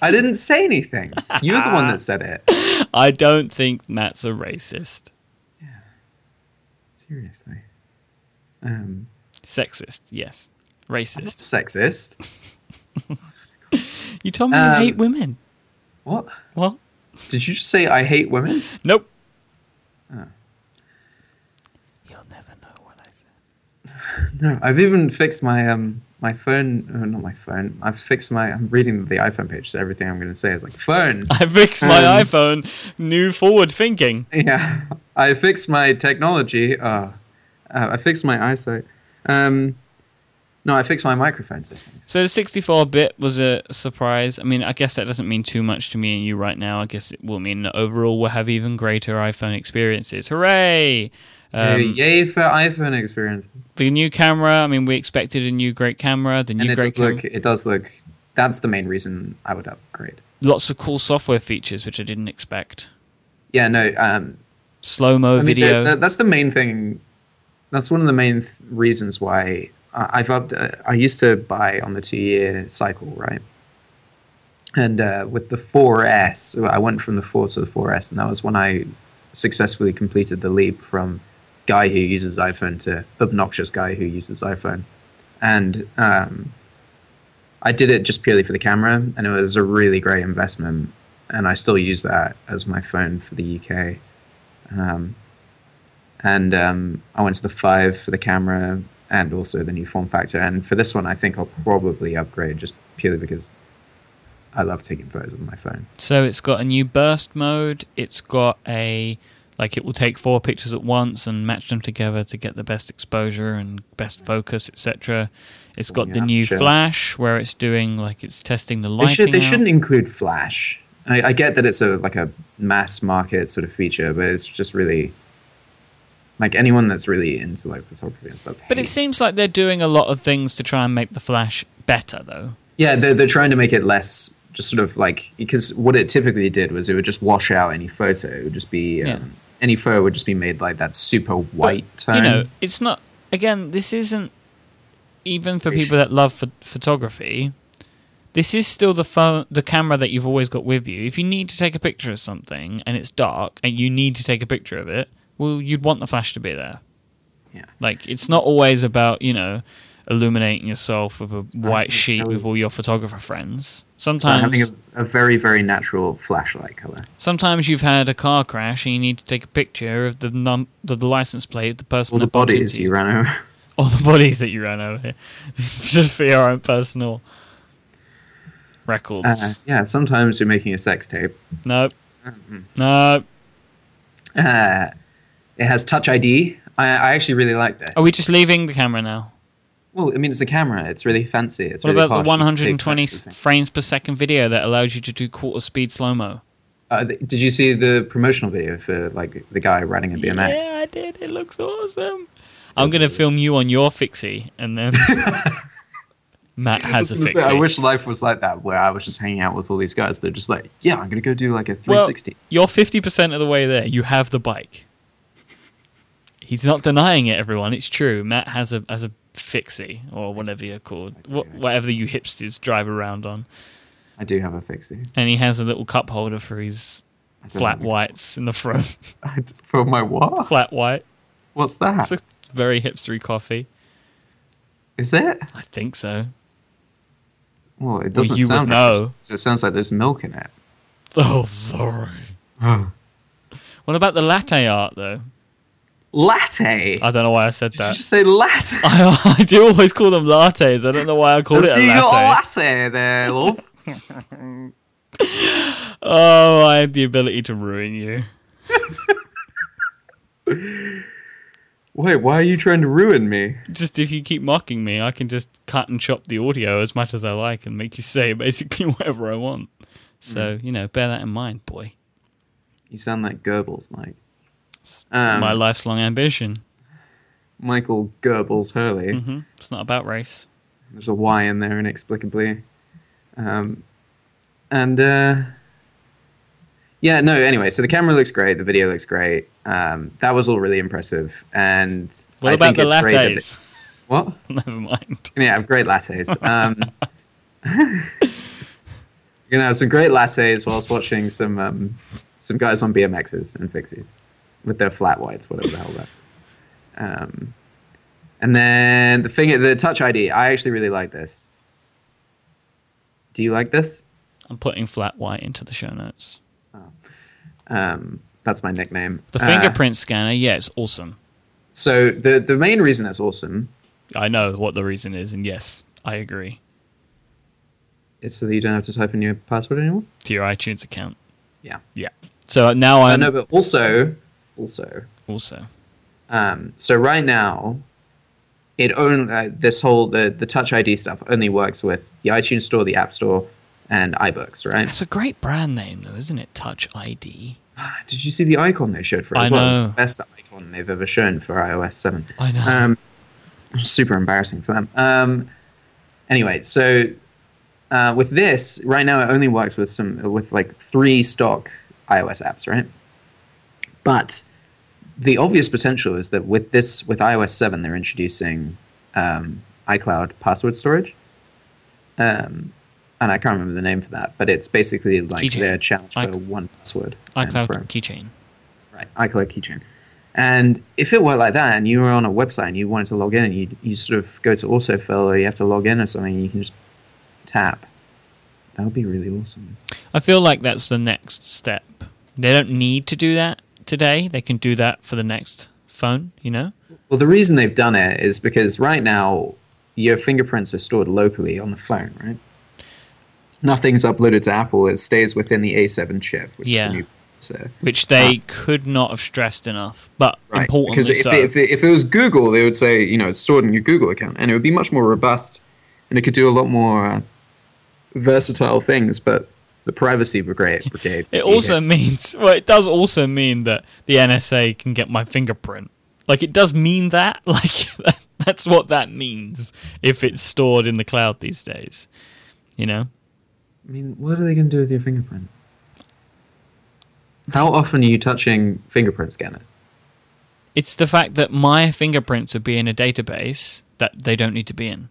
C: I didn't say anything. You're the one that said it.
A: I don't think Matt's a racist.
C: Seriously. Um,
A: Sexist, yes. Racist.
C: sexist.
A: You told me
C: Um,
A: you hate women.
C: What?
A: What?
C: Did you just say I hate women?
A: Nope. Ah. You'll never know what I said.
C: No, I've even fixed my um my phone. Uh, not my phone. I've fixed my. I'm reading the iPhone page, so everything I'm going to say is like phone.
A: I fixed my
C: Um,
A: iPhone. New forward thinking.
C: yeah, I fixed my technology. Uh, uh, I fixed my eyesight. Um, no, I fixed my microphone settings.
A: So the 64 bit was a surprise. I mean, I guess that doesn't mean too much to me and you right now. I guess it will mean that overall we'll have even greater iPhone experiences. Hooray!
C: Uh,
A: Um,
C: yay for iPhone experience.
A: The new camera. I mean, we expected a new great camera. The new
C: And it
A: great
C: does
A: cam-
C: look. It does look. That's the main reason I would upgrade.
A: lots of cool software features which I didn't expect.
C: Yeah, no. Um,
A: Slow mo
C: I mean,
A: video.
C: that- that- that's the main thing. That's one of the main th- reasons why I- I've upped. Uh, I used to buy on the two-year cycle, right? And uh, with the 4S, I went from the 4 to the 4S, and that was when I successfully completed the leap from guy who uses iPhone to obnoxious guy who uses iPhone. And um, I did it just purely for the camera, and it was a really great investment. And I still use that as my phone for the Um, UK and um, I went to the five for the camera and also the new form factor. And for this one, I think I'll probably upgrade just purely because I love taking photos with my phone.
A: So it's got a new burst mode. It's got a like it will take four pictures at once and match them together to get the best exposure and best focus, etc. It's got the
C: Yeah,
A: new
C: sure.
A: flash where it's doing like it's testing the lighting.
C: they should they
A: out.
C: shouldn't include flash. I, I get that it's a like a mass market sort of feature, but it's just really like anyone that's really into like photography and stuff.
A: But it
C: hates-
A: seems like they're doing a lot of things to try and make the flash better, though.
C: yeah, they're they're trying to make it less just sort of like because what it typically did was it would just wash out any photo. It would just be um,
A: Yeah.
C: any photo would just be made like that super white
A: But,
C: tone.
A: You know, it's not. Again, this isn't even for people that love ph- photography. This is still the phone, the camera that you've always got with you. If you need to take a picture of something and it's dark and you need to take a picture of it, well, you'd want the flash to be there.
C: Yeah.
A: Like it's not always about you know illuminating yourself with a white
C: having
A: sheet
C: color.
A: with all your photographer friends.
C: I'm
A: Sometimes
C: having a, a very, very natural flashlight color.
A: Sometimes you've had a car crash and you need to take a picture of the num- the, the license plate of the person.
C: All the
A: that bumped
C: bodies
A: into
C: you ran over.
A: All the bodies that you ran over, just for your own personal
C: Uh,
A: records.
C: yeah, sometimes you're making a sex tape.
A: No,
C: Mm-hmm.
A: no.
C: Uh, it has Touch ID. I, I actually really like that.
A: Are we just leaving the camera now?
C: Well, I mean, it's a camera. It's really fancy. It's
A: What
C: really
A: about
C: posh.
A: the 120
C: It's a big fancy thing.
A: frames per second video that allows you to do quarter speed slow mo?
C: Uh, th- did you see the promotional video for like the guy riding a BMX?
A: Yeah, I did. It looks awesome. I'm gonna film you on your fixie, and then Matt
C: I,
A: has
C: was
A: a
C: gonna
A: fixie.
C: say, I wish life was like that, where I was just hanging out with all these guys. They're just like, yeah, I'm gonna go do like a
A: Well,
C: 360.
A: you're fifty percent of the way there. You have the bike. He's not denying it, everyone. It's true. Matt has a has a fixie or whatever you're called, Wha whatever you hipsters drive around on,
C: I do have a fixie
A: and he has a little cup holder for his flat whites in the front.
C: for my what?
A: flat white.
C: What's that?
A: It's a very hipstery coffee.
C: Is it?
A: I think so.
C: Well, it doesn't
A: you would
C: sound
A: know.
C: Like it, it sounds like there's milk in it. Ah.
A: Oh, sorry. what about the latte art though?
C: latte.
A: I don't know why I said
C: Did you
A: that.
C: just say latte?
A: I, I do always call them lattes. I don't know why I called it
C: so
A: a
C: you got a
A: latte.
C: latte there, love.
A: Oh, I have the ability to ruin you.
C: Wait, why are you trying to ruin me?
A: Just if you keep mocking me, I can just cut and chop the audio as much as I like and make you say basically whatever I want. So,
C: Mm.
A: you know, bear that in mind, boy.
C: You sound like Goebbels, Mike.
A: It's
C: Um,
A: my lifelong ambition.
C: Michael Goebbels Hurley.
A: hmm It's not about race.
C: There's a Y in there inexplicably. Um, and uh, yeah, no. Anyway, so the camera looks great. The video looks great. Um, that was all really impressive. And
A: What
C: I
A: about
C: think
A: the
C: it's great that
A: lattes?
C: they- what?
A: Never mind.
C: Yeah, have great lattes. Um, you're gonna have some great lattes whilst watching some um, some guys on BMXs and fixies with their flat whites, whatever the hell that. Um, and then the thing, the Touch ID. I actually really like this. Do you like this?
A: I'm putting flat white into the show notes.
C: Um, that's my nickname.
A: The
C: Uh,
A: fingerprint scanner, yeah, it's awesome.
C: So the the main reason it's awesome
A: I know what the reason is, and yes, I agree.
C: is so that you don't have to type in your password anymore.
A: To your iTunes account.
C: Yeah.
A: Yeah. So uh, now
C: I
A: I'm
C: know, Uh, but also, also,
A: also.
C: Um, so right now, it only uh, this whole the the Touch ID stuff only works with the iTunes Store, the App Store, and iBooks, right?
A: That's a great brand name, though, isn't it? Touch ID.
C: Did you see the icon they showed for it
A: I
C: as well? It's
A: know.
C: the best icon they've ever shown for iOS seven.
A: I know.
C: Um, super embarrassing for them. Um, anyway, so uh, with this right now, it only works with some with like three stock iOS apps, right? But the obvious potential is that with this with iOS seven, they're introducing um, iCloud password storage. Um, and I can't remember the name for that, but it's basically like
A: Keychain.
C: their challenge for
A: Ic-
C: one password. and
A: iCloud
C: Chrome.
A: keychain.
C: Right, iCloud keychain. And if it were like that, and you were on a website and you wanted to log in, and you you sort of go to autofill or you have to log in or something, and you can just tap. That would be really awesome.
A: I feel like that's the next step. They don't need to do that today. They can do that for the next phone, you know?
C: Well, the reason they've done it is because right now your fingerprints are stored locally on the phone, right? Nothing's uploaded to Apple. It stays within the A7 chip, which
A: Yeah.
C: is the new processor.
A: Which they could not have stressed enough, but
C: Ah.
A: uh,
C: Right.
A: importantly
C: Because if,
A: so.
C: it, if, it, if it was Google, they would say, you know, it's stored in your Google account, and it would be much more robust, and it could do a lot more uh, versatile things. But the privacy brigade, brigade
A: It also means well, it does also mean that the NSA can get my fingerprint. Like it does mean that. Like that's what that means if it's stored in the cloud these days. You know?
C: I mean, what are they going to do with your fingerprint? How often are you touching fingerprint scanners?
A: It's the fact that my fingerprints would be in a database that they don't need to be in.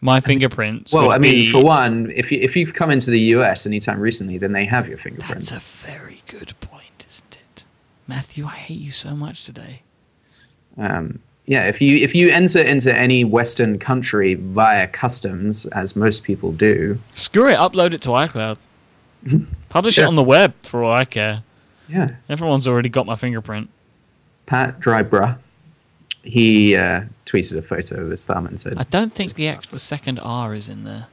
A: My fingerprints
C: well,
A: would
C: I mean,
A: be-
C: for one, if you, if you've come into the U.S. anytime recently, then they have your fingerprint.
A: That's a very good point, isn't it? Matthew, I hate you so much today.
C: um, yeah, if you if you enter into any Western country via customs, as most people do,
A: Screw it, upload it to iCloud. Publish it
C: Yeah.
A: on the web for all I care.
C: yeah,
A: Everyone's already got my fingerprint.
C: Pat Drybra, he uh, tweeted a photo of his thumb and said,
A: I don't think the ex, the second R is in there.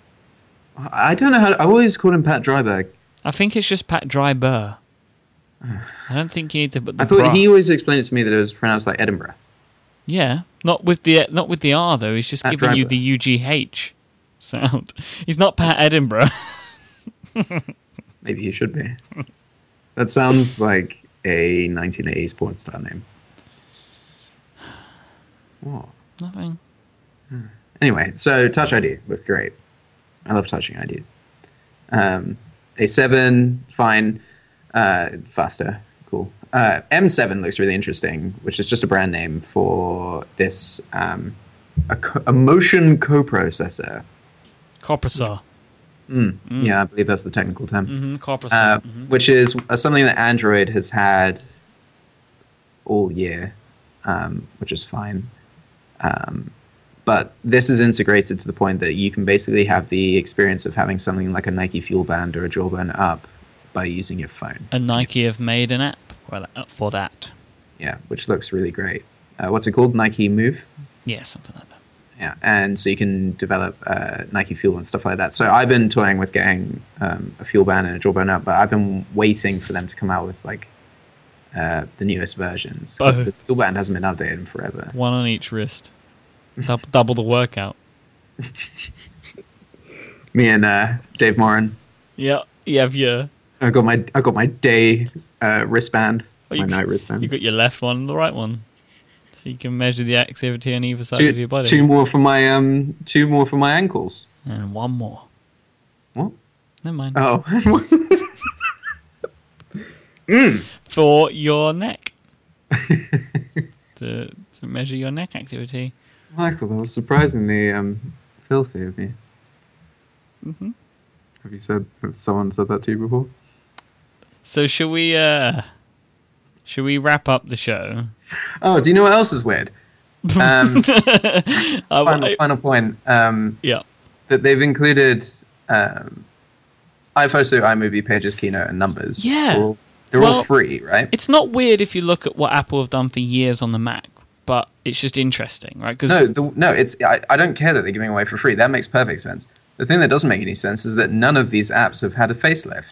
C: I, I don't know how, I always called him Pat Dryberg.
A: I think it's just Pat Dry Burr. I don't think you need to put the
C: I thought
A: bra.
C: he always explained it to me that it was pronounced like Edinburgh.
A: Yeah, not with the not with the R though. He's just
C: Pat
A: giving
C: Dry
A: you
C: Burr.
A: the UGH sound. He's not Pat Edinburgh.
C: Maybe he should be. that sounds like a 1980s porn star name. What?
A: Nothing.
C: Anyway, so Touch ID looked great. I love touching IDs. Um, A7, fine, uh, faster, cool. Uh, M7 looks really interesting, which is just a brand name for this um, a, co- a motion coprocessor. Hmm.
A: Coprasar.
C: Yeah, I believe that's the technical term.
A: Mm-hmm.
C: Uh,
A: Coprasar. Mhm.
C: Which is uh, something that Android has had all year, um, which is fine. Um, but this is integrated to the point that you can basically have the experience of having something like a Nike Fuel Band or a Jawbone Up by using your phone.
A: And Nike have made an app for that. For that.
C: yeah, which looks really great. Uh, what's it called? Nike Move.
A: Yeah, something like that.
C: Yeah, and so you can develop uh, Nike Fuel and stuff like that. So I've been toying with getting um, a fuel band and a jawbone up, but I've been waiting for them to come out with like uh, the newest versions because the
A: Both.
C: fuel band hasn't been updated in forever.
A: One on each wrist. Double, double the workout.
C: Me and uh, Dave Moran,
A: Yeah, you have your
C: I got my I got my day uh, wristband,
A: Oh,
C: my
A: you-
C: night
A: you
C: wristband.
A: got your left one and the right one, so you can measure the activity on either side of your
C: Two,
A: body.
C: two more for my um two more for my ankles.
A: And one more.
C: What?
A: Never mind.
C: Oh,
A: For your neck. to, to measure your neck activity.
C: Michael, that was surprisingly um, filthy of you. Mm-hmm.
A: Mm-hmm.
C: Have you said have someone said that to you before?
A: So shall we? uh Shall we wrap up the show?
C: Oh, do you know what else is weird? Um,
A: Uh,
C: final,
A: I-
C: final point um,
A: yeah.
C: that they've included um, iPhoto, iMovie, Pages, Keynote, and Numbers.
A: Yeah.
C: They're all, they're all
A: Well,
C: free, right?
A: It's not weird if you look at what Apple have done for years on the Mac, but it's just interesting, right? Because
C: No, the, no, it's I, I don't care that they're giving away for free. That makes perfect sense. The thing that doesn't make any sense is that none of these apps have had a facelift.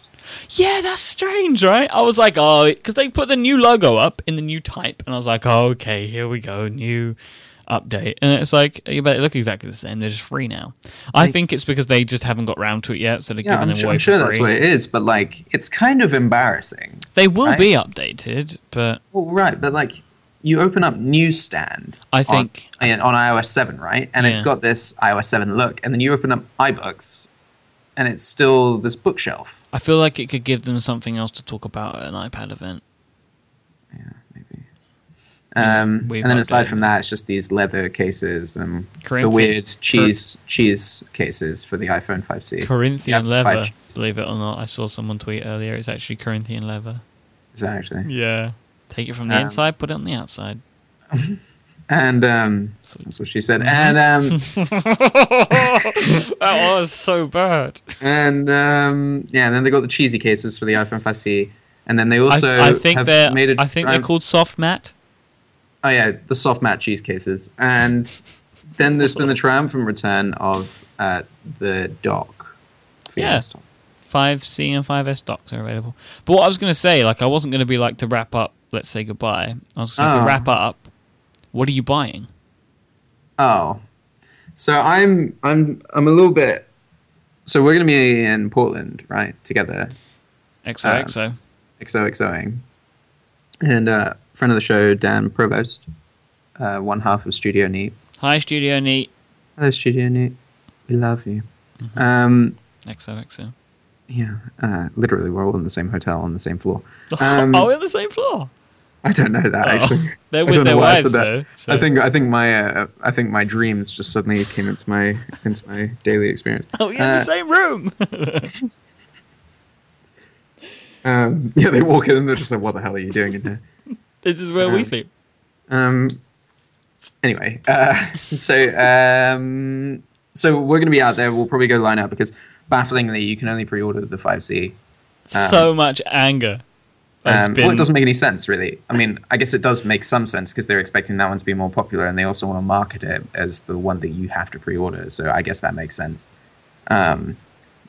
A: yeah, that's strange, right? I was like, oh, because they put the new logo up in the new type, and I was like, oh, okay, here we go, new update, and it's like, yeah, but they look exactly the same. They're just free now. I think it's because they just haven't got round to it yet, so they're
C: Yeah,
A: giving
C: I'm,
A: them
C: su-
A: away
C: I'm sure
A: for
C: that's
A: free.
C: what it is, but like, it's kind of embarrassing.
A: They will
C: right?
A: be updated, but
C: Well, right, but like you open up Newsstand.
A: I think-
C: on, in- on iOS seven, right? And it's
A: Yeah.
C: got this iOS seven look, and then you open up iBooks, and it's still this bookshelf.
A: I feel like it could give them something else to talk about at an iPad event.
C: Maybe. Um,
A: we've
C: and then aside
A: updated
C: from that, it's just these leather cases and the
A: Corinthian-
C: weird cheese cheese cases for the iPhone 5C.
A: Corinthian
C: Yeah,
A: leather,
C: 5G.
A: believe it or not. I saw someone tweet earlier. It's actually Corinthian leather.
C: Exactly.
A: Yeah. Take it from the
C: Um,
A: inside, put it on the outside.
C: And um,
A: So-
C: that's what she said. And um,
A: That was so bad.
C: and um, yeah, and then they got the cheesy cases for the iPhone 5C. And then they also
A: I, I think
C: have
A: they're.
C: made it.
A: I think they're called soft matte.
C: Oh yeah, the soft matte cheese cases, and then there's been the triumphant return of uh, the dock. For your
A: Yeah.
C: desktop.
A: Five C and five S docs are available. But what I was going to say, like, I wasn't going to be like to wrap up. Let's say goodbye. I was going to
C: Oh.
A: wrap up. What are you buying?
C: Oh, so I'm I'm I'm a little bit. So we're gonna be in Portland, right? Together,
A: XOXO.
C: Um. XOXOing, and uh, friend of the show Dan Provost, uh, one half of Studio Neat.
A: Hi, Studio Neat.
C: Hello, Studio Neat. We love you.
A: Mm-hmm.
C: Um,
A: XOXO.
C: yeah, uh, literally, we're all in the same hotel on the same floor. Um,
A: oh, we're on the same floor.
C: I don't know that actually.
A: They're
C: I
A: with
C: don't know
A: their
C: why I
A: wives,
C: said that.
A: though, so-
C: I think I think my uh, I think my dreams just suddenly came into my into my daily experience.
A: Oh, yeah, the
C: Uh,
A: same room.
C: um, yeah, they walk in and they're just like, "What the hell are you doing in here?"
A: this is where we
C: um,
A: sleep.
C: Um, anyway, uh, so um, so we're gonna be out there. We'll probably go line up because bafflingly, you can only pre-order the five C.
A: so much anger. has
C: Um, Well,
A: been-
C: it Uh-huh. doesn't make any sense, really. I mean, I guess it does make some sense because they're expecting that one to be more popular, and they also want to market it as the one that you have to pre-order. So I guess that makes sense. Um,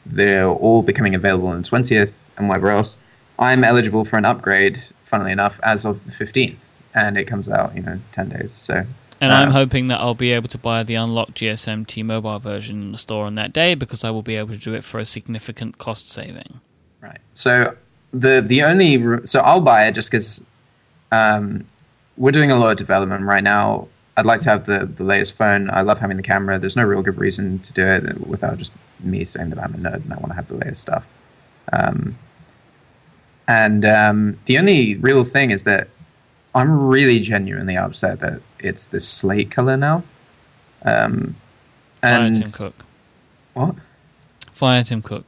C: they're all becoming available on the twentieth and whatever else. I'm eligible for an upgrade, funnily enough, as of the fifteenth, and it comes out, you know, ten days. So
A: And
C: Uh,
A: I'm hoping that I'll be able to buy the unlocked GSM T Mobile version in the store on that day because I will be able to do it for a significant cost saving.
C: Right. So the the only re- so I'll buy it just because um, we're doing a lot of development right now. I'd like to have the the latest phone. I love having the camera. There's no real good reason to do it without just me saying that I'm a nerd and I want to have the latest stuff. Um, and um, the only real thing is that I'm really genuinely upset that it's this slate color now. Um,
A: Fire
C: and
A: Tim Cook.
C: what?
A: Fire Tim Cook.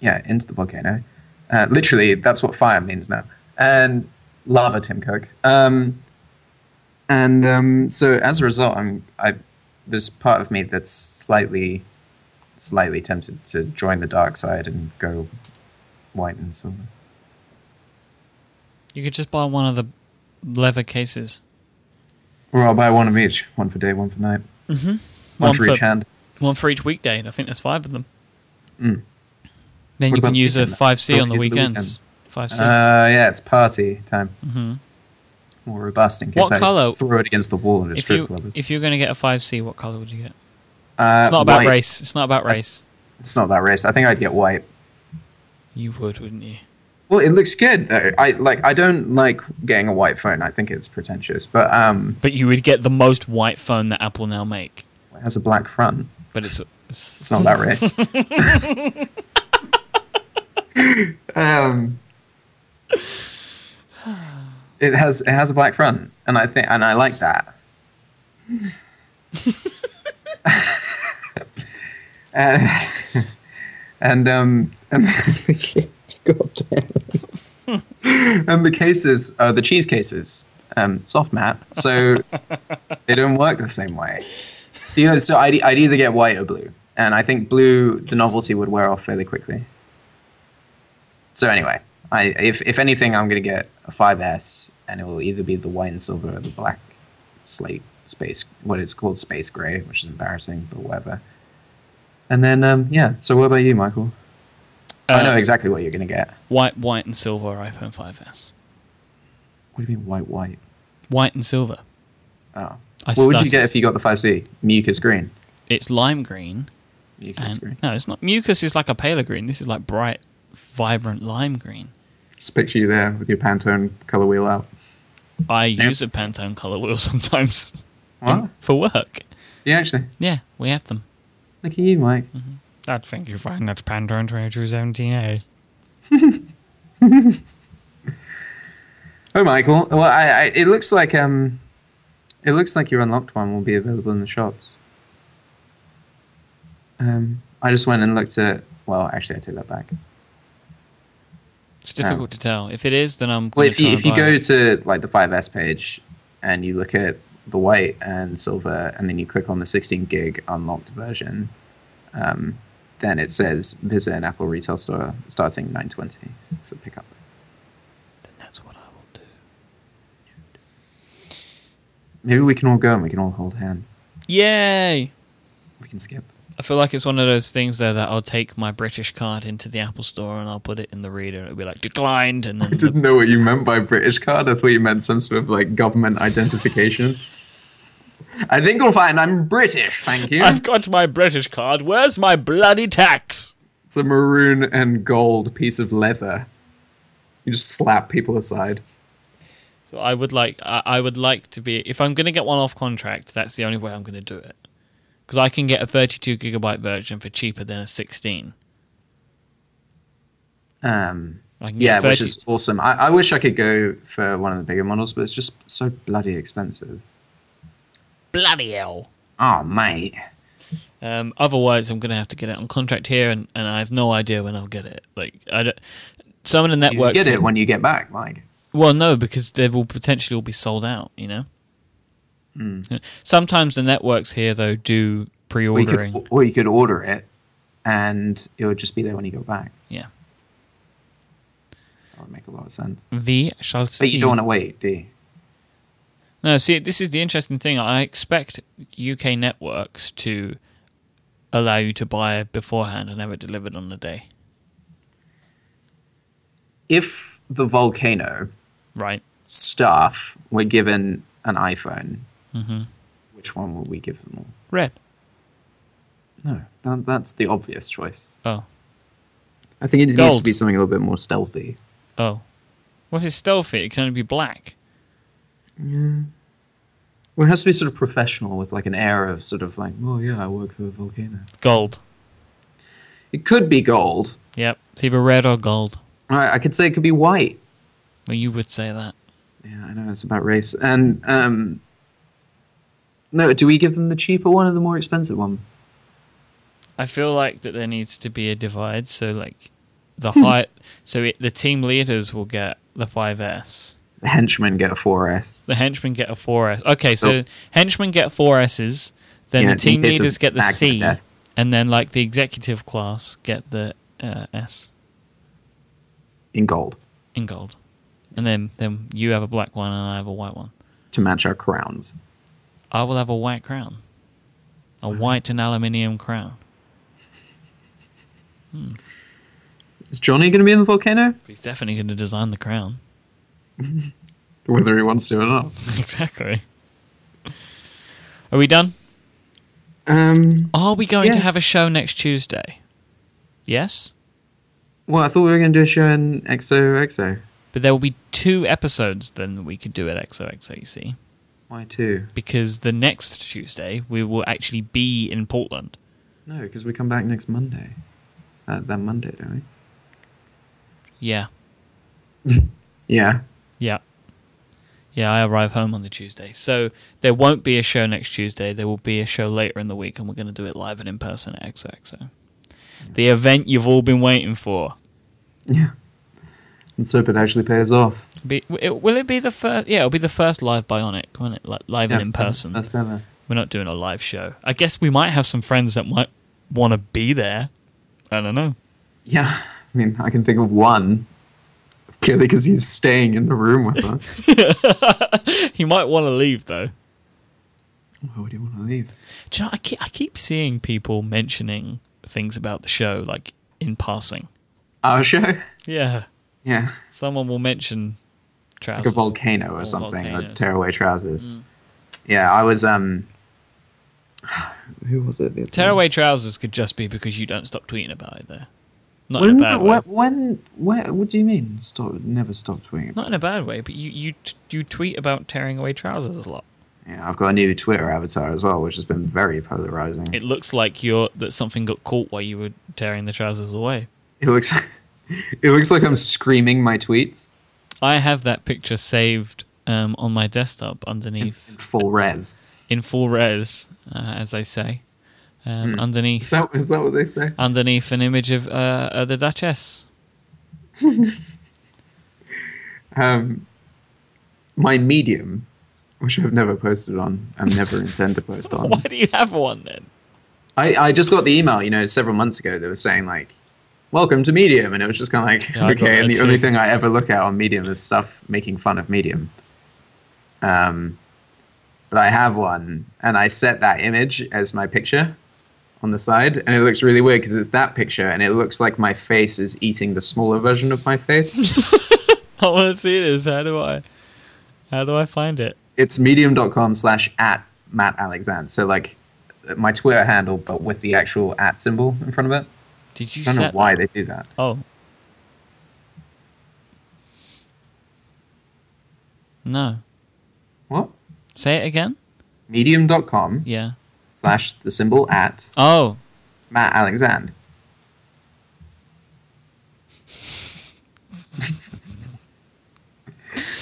C: yeah, into the volcano. Uh, literally, that's what fire means now. And lava, Tim Cook. Um, and um, so as a result, I'm I there's part of me that's slightly, slightly tempted to join the dark side and go white and silver.
A: You could just buy one of the leather cases.
C: Or I'll buy one of each. One for day, one for night. Mm-hmm. One,
A: One
C: for,
A: for-
C: each hand.
A: One for each weekday, and I think there's five of them.
C: Mm.
A: Then
C: What
A: you
C: about
A: can
C: the
A: use a
C: weekend?
A: 5C
C: Don't
A: on the
C: use the
A: weekends. 5C.
C: Uh, yeah, it's party time.
A: Mhm.
C: More robust in case
A: What
C: I
A: colour-
C: throw it against the wall and it
A: if, you,
C: strip clubbers.
A: if you're going to get a 5C, what colour would you get?
C: Uh,
A: It's not about
C: white.
A: race. It's not about race.
C: It's not about race. I think I'd get white.
A: You would, wouldn't you?
C: Well, it looks good though. I like. I don't like getting a white phone. I think it's pretentious, but um,
A: But you would get the most white phone that Apple now make.
C: it has a black front.
A: But it's,
C: It's not about race. um, it has it has a black front, and I think and I like that. and and um and God damn. and the cases are the cheese cases, um, soft matte, so they don't work the same way. You know, so I'd, I'd either get white or blue, and I think blue the novelty would wear off fairly quickly. So anyway, I if if anything, I'm gonna get a 5S, and it will either be the white and silver or the black slate space, what is called space gray, which is embarrassing, but whatever. And then um, yeah, so what about you, Michael? I know
A: Uh,
C: exactly what you're gonna get.
A: white, white, and silver iPhone 5S.
C: What do you mean white white?
A: White and silver.
C: Oh,
A: I
C: what would you
A: stuttered.
C: get if you got the 5C? Mucus green.
A: It's lime green.
C: Mucus green.
A: And, no, it's not. Mucus is like a paler green. This is like bright, vibrant lime green.
C: Just picture you there with your Pantone color wheel out.
A: I use a Pantone color wheel sometimes
C: What?
A: for work.
C: Yeah, actually.
A: Yeah, we have them.
C: Look at you, Mike.
A: I think you find that Pantone 2217A.
C: Oh, Michael. Well, I, I, it looks like um, it looks like your unlocked one will be available in the shops. Um, I just went and looked at. Well, actually, I take that back.
A: It's difficult to tell. If it is, then I'm.
C: Well,
A: gonna
C: if you
A: try
C: if you
A: and buy
C: go
A: it.
C: to like the 5S page, and you look at the white and silver, and then you click on the 16 gig unlocked version, um, then it says visit an Apple retail store starting 920 for pickup.
A: then that's what I will do.
C: Maybe we can all go and we can all hold hands.
A: Yay!
C: We can skip.
A: I feel like it's one of those things though that I'll take my British card into the Apple Store and I'll put it in the reader and it'll be like declined and then
C: I
A: the,
C: didn't know what you meant by British card. I thought you meant some sort of like government identification. I think you'll find I'm British, thank you.
A: I've got my British card. Where's my bloody tax?
C: It's a maroon and gold piece of leather. You just slap people aside.
A: So I would like I, I would like to be if I'm going to get one off contract, that's the only way I'm going to do it. Cuz I can get a 32 gigabyte version for cheaper than a 16.
C: Um,
A: I can get
C: yeah,
A: 30,
C: which is awesome. I, I wish I could go for one of the bigger models, but it's just so bloody expensive.
A: bloody hell.
C: Oh, mate.
A: Um, otherwise, I'm going to have to get it on contract here, and, and I have no idea when I'll get it. Like, I don't, some of the
C: You
A: networks.
C: get it when you get back, Mike.
A: Well, no, because they will potentially all be sold out. You know. Sometimes the networks here though do
C: Or Hmm. you,
A: pre-ordering.
C: could, or you could order it and it would just be there when you go back.
A: yeah,
C: That would make a lot of sense.
A: we shall see.
C: But you don't want to wait, do you?
A: No, see, this is the interesting thing. I expect UK networks to allow you to buy beforehand and have it delivered on the day,
C: if the volcano
A: right?
C: staff were given an iPhone,
A: Mm-hmm.
C: which one would we give them all?
A: Red.
C: No, that, that's the obvious choice.
A: Oh,
C: I think it needs
A: Gold.
C: to be something a little bit more stealthy.
A: oh. Well, if it's stealthy, it can only be black.
C: Well, it has to be sort of professional with like an air of sort of like, oh yeah, I work for a volcano.
A: Gold.
C: It could be gold.
A: Yep. It's either red or gold.
C: All right, I could say it could be white.
A: Well, you would say that.
C: Yeah, I know it's about race. And um, no, do we give them the cheaper one or the more expensive one?
A: I feel like that there needs to be a divide. So, like, the
C: Hmm.
A: high, so it, the team leaders will get the 5S.
C: The henchmen get a 4S.
A: The henchmen get a 4S. Okay, so,
C: So-
A: henchmen get 4S's. Then
C: Yeah,
A: the team
C: in case of
A: leaders get the
C: accident
A: C.
C: death.
A: And then, like, the executive class get the uh, S
C: in gold.
A: in gold. and then then you have a black one and I have a white one.
C: to match our crowns.
A: I will have a white crown, a
C: Mm-hmm.
A: white and aluminium crown.
C: Is Johnny going to be in the volcano?
A: He's definitely going to design the crown.
C: Whether he wants to or not.
A: exactly. Are we done?
C: Um,
A: Are we going to
C: Yeah.
A: have a show next Tuesday? Yes,
C: well, I thought we were going to do a show in XOXO.
A: but there will be two episodes then that we could do at XOXO. You see,
C: Why two?
A: because the next Tuesday we will actually be in Portland.
C: No, because we come back next Monday. Uh, That, that Monday, don't
A: Yeah,
C: we? Yeah.
A: Yeah. Yeah, I arrive home on the Tuesday. So there won't be a show next Tuesday. There will be a show later in the week, and we're going to do it live and in person at XOXO. The event you've all been waiting for.
C: Yeah. Let's hope it actually pays off.
A: Be, it, will it be the first? Yeah, it'll be the first live Bionic, won't it? Like live and in person.
C: That's never.
A: We're not doing a live show. I guess we might have some friends that might want to be there. I don't know.
C: Yeah. I mean, I can think of one. Purely because he's staying in the room with us.
A: He might want to leave though.
C: Why would he want to leave?
A: Do you know, I keep, I keep seeing people mentioning things about the show, like in passing.
C: Our show?
A: Yeah.
C: Oh, Yeah.
A: Someone will mention
C: like
A: trousers.
C: a volcano or
A: Or
C: something,
A: volcano.
C: or tearaway trousers.
A: Mm.
C: Yeah, I was. um Who was it? the other
A: Tearaway trousers could just be because you don't stop tweeting about it, though. Not
C: Well,
A: in a
C: no,
A: bad way.
C: wh- when, where, what do you mean? Stop, never stop tweeting.
A: Not in a bad way, but you you t- you tweet about tearing away trousers a lot.
C: Yeah, I've got a new Twitter avatar as well, which has been very polarizing.
A: It
C: It,
A: looks like you're that something got caught while you were tearing the trousers away.
C: looks, it looks like I'm screaming my tweets
A: I have that picture saved um, on my desktop underneath
C: full res.
A: in full res, uh, as they say, um, underneath
C: Is that, is that what they say?
A: underneath an image of uh, uh, the Duchess.
C: Um, my medium, which I've never posted on, and never intend to post on.
A: Why do you have one then?
C: I, I just got the email, you know, several months ago that was saying like, "Welcome to Medium," and it was just kind of like,
A: Yeah, I got
C: okay. And
A: that
C: the only
A: too.
C: thing I ever look at on Medium is stuff making fun of Medium. Um, but I have one, and I set that image as my picture on the side, and it looks really weird because it's that picture, and it looks like my face is eating the smaller version of my face.
A: I want to see this. How do I? How do I find it?
C: it's medium.com slash at Matt Alexander. So like my Twitter handle, but with the actual at symbol in front of it.
A: Did
C: I
A: you
C: don't know
A: set?
C: why they do that.
A: Oh. No.
C: What?
A: Say it again.
C: medium.com
A: Yeah.
C: slash the symbol at
A: Oh,
C: Matt Alexander.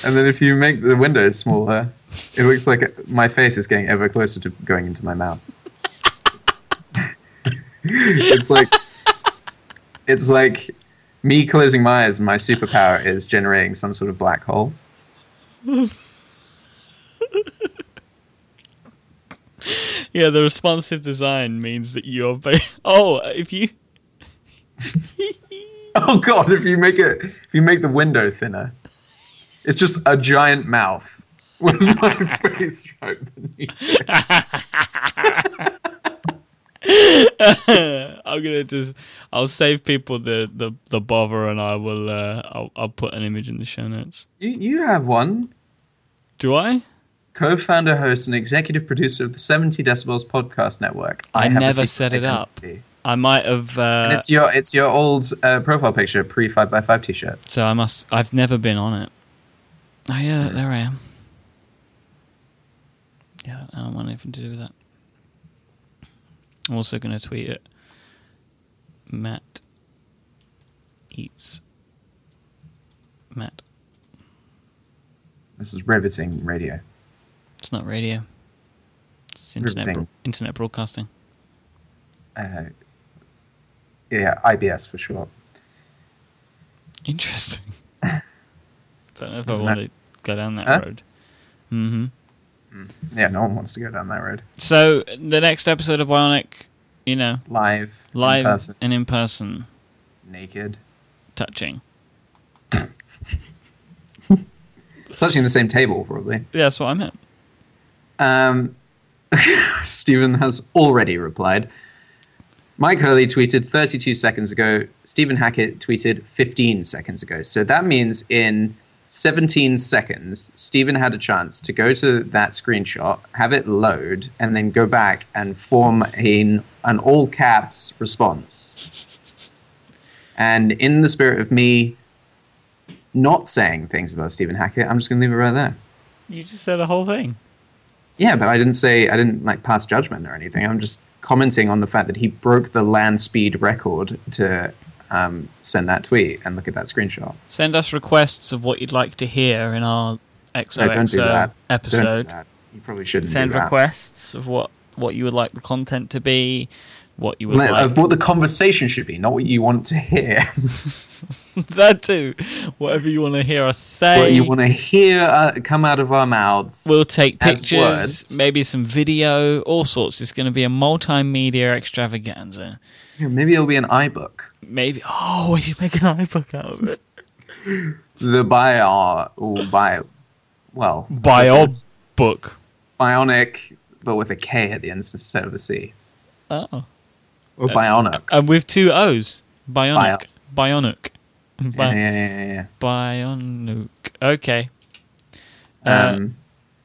C: and then if you make the window smaller, it looks like my face is getting ever closer to going into my mouth. it's like it's like me closing my eyes, my superpower is generating some sort of black hole.
A: yeah. The responsive design means that you're. Ba- oh, if you.
C: Oh god, if you make it if you make the window thinner, it's just a giant mouth with my face right beneath. it.
A: I'm gonna just. I'll save people the the, the bother, and I will. Uh, I'll, I'll put an image in the show notes.
C: You you have one.
A: Do I?
C: Co-founder, host, and executive producer of the 70 Decibels Podcast Network.
A: I
C: have a
A: never
C: secret
A: set it up.
C: identity.
A: I might have.
C: And
A: Uh,
C: it's your it's your old uh, profile picture, pre five x five t-shirt.
A: so I must. I've never been on it. Oh yeah, there I am. Yeah, I don't want anything to do with that. I'm also going to tweet it. Matt eats. Matt.
C: This is riveting radio.
A: It's not radio. It's internet.
C: Riveting.
A: Bro- internet broadcasting.
C: Uh, yeah, IBS for short.
A: Interesting. don't know if I
C: Matt-
A: want to go down that
C: Huh?
A: road. Mm-hmm.
C: Yeah, no one wants to go down that road.
A: So the next episode of Bionic, you know,
C: Live, in
A: live
C: person,
A: and in person
C: naked.
A: touching.
C: Touching the same table, probably.
A: Yeah, that's what I meant.
C: Um, Stephen has already replied. Mike Hurley tweeted 32 seconds ago. Stephen Hackett tweeted 15 seconds ago. So that means in 17 seconds, Stephen had a chance to go to that screenshot, have it load, and then go back and form an, an all caps response. And in the spirit of me not saying things about Stephen Hackett, I'm just going to leave it right there.
A: You just said the whole thing.
C: Yeah, but I didn't say I didn't like pass judgment or anything. I'm just commenting on the fact that he broke the land speed record to um, send that tweet and look at that screenshot.
A: Send us requests of what you'd like to hear in our
C: No, don't
A: XOXO
C: do that. Don't do
A: episode.
C: that. You probably shouldn't
A: Send
C: do that.
A: requests of what, what you would like the content to be, what you would
C: Let-
A: like.
C: Of what the conversation should be, not what you want to hear.
A: that too. Whatever you want to hear us say.
C: what you want to hear uh, come out of our mouths.
A: We'll take
C: as
A: pictures,
C: words.
A: maybe some video, all sorts. It's going to be a multimedia extravaganza.
C: Yeah, Maybe it'll be an iBook.
A: Maybe. Oh, we should make an iBook out of it.
C: The bio, or bio, well,
A: book.
C: bionic, but with a K at the end instead of a C,
A: Oh.
C: or bionic.
A: And with two O's. Bionic. Bionic.
C: Yeah,
A: Bi-
C: yeah, yeah, yeah.
A: Bionic. Okay.
C: yeah.
A: Uh,
C: Um,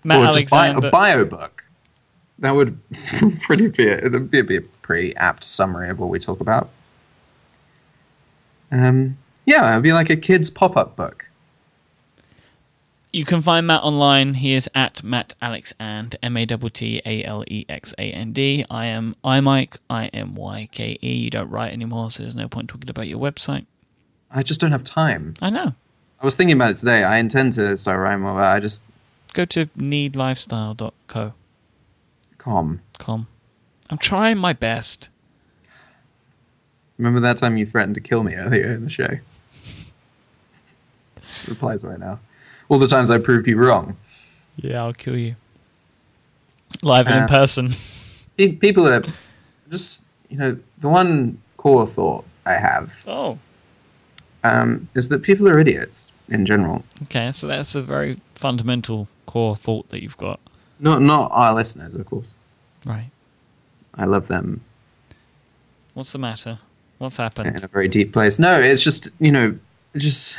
A: Matt
C: or just bi-
A: Alexander.
C: a bio book. That would pretty be a, that'd be, be a pretty apt summary of what we talk about. Um, yeah, it'd be like a kid's pop up book.
A: You can find Matt online. He is at Matt Alex and M A T T A L E X A N D. I am iMike, I M Y K E. You don't write anymore, so there's no point talking about your website.
C: I just don't have time.
A: I know.
C: I was thinking about it today. I intend to start writing more, but I just
A: Go to needlifestyle.co.com.
C: calm.
A: I'm trying my best.
C: Remember that time you threatened to kill me earlier in the show? Replies right now. All the times I proved you wrong.
A: Yeah, I'll kill you. Ah. Live and in
C: Uh,
A: person.
C: Pe- People are just, you know, the one core thought I have
A: Oh.
C: um, is that people are idiots in general.
A: Okay, so that's a very fundamental core thought that you've got.
C: Not not our listeners, of course.
A: Right.
C: I love them
A: What's the matter? What's happened?
C: in a very deep place. No, it's just you know, just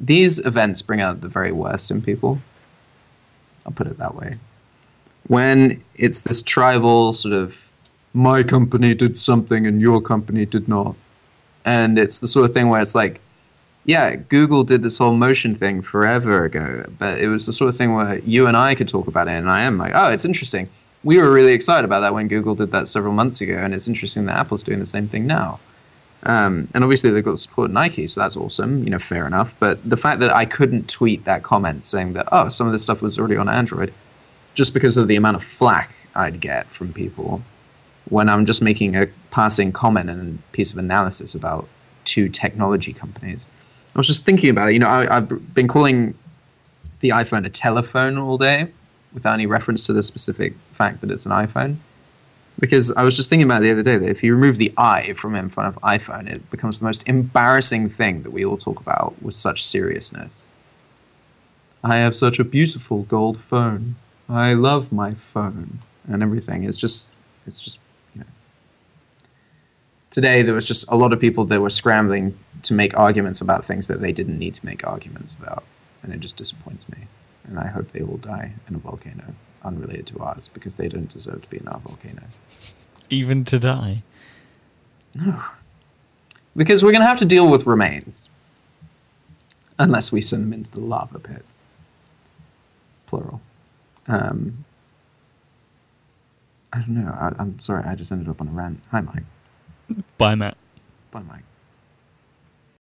C: these events bring out the very worst in people. I'll put it that way. When it's this tribal sort of, my company did something and your company did not, and it's the sort of thing where it's like, yeah, Google did this whole motion thing forever ago, but it was the sort of thing where you and I could talk about it, and I am like, oh, it's interesting. We were really excited about that when Google did that several months ago, and it's interesting that Apple's doing the same thing now. Um, and obviously, they've got the support of Nike, so that's awesome. You know, fair enough. But the fact that I couldn't tweet that comment saying that, oh, some of this stuff was already on Android, just because of the amount of flack I'd get from people when I'm just making a passing comment and piece of analysis about two technology companies. I was just thinking about it. You know, I, I've been calling the iPhone a telephone all day without any reference to the specific fact that it's an iPhone. Because I was just thinking about it the other day that if you remove the I from in front of iPhone, it becomes the most embarrassing thing that we all talk about with such seriousness. I have such a beautiful gold phone. I love my phone and everything. It's just, it's just, you know. Today there was just a lot of people that were scrambling to make arguments about things that they didn't need to make arguments about, and it just disappoints me. And I hope they all die in a volcano unrelated to ours because they don't deserve to be in our volcano.
A: Even to die.
C: Because we're going to have to deal with remains. Unless we send them into the lava pits. Plural. Um, I don't know. I, I'm sorry. I just ended up on a rant. Hi, Mike.
A: Bye, Matt.
C: Bye, Mike.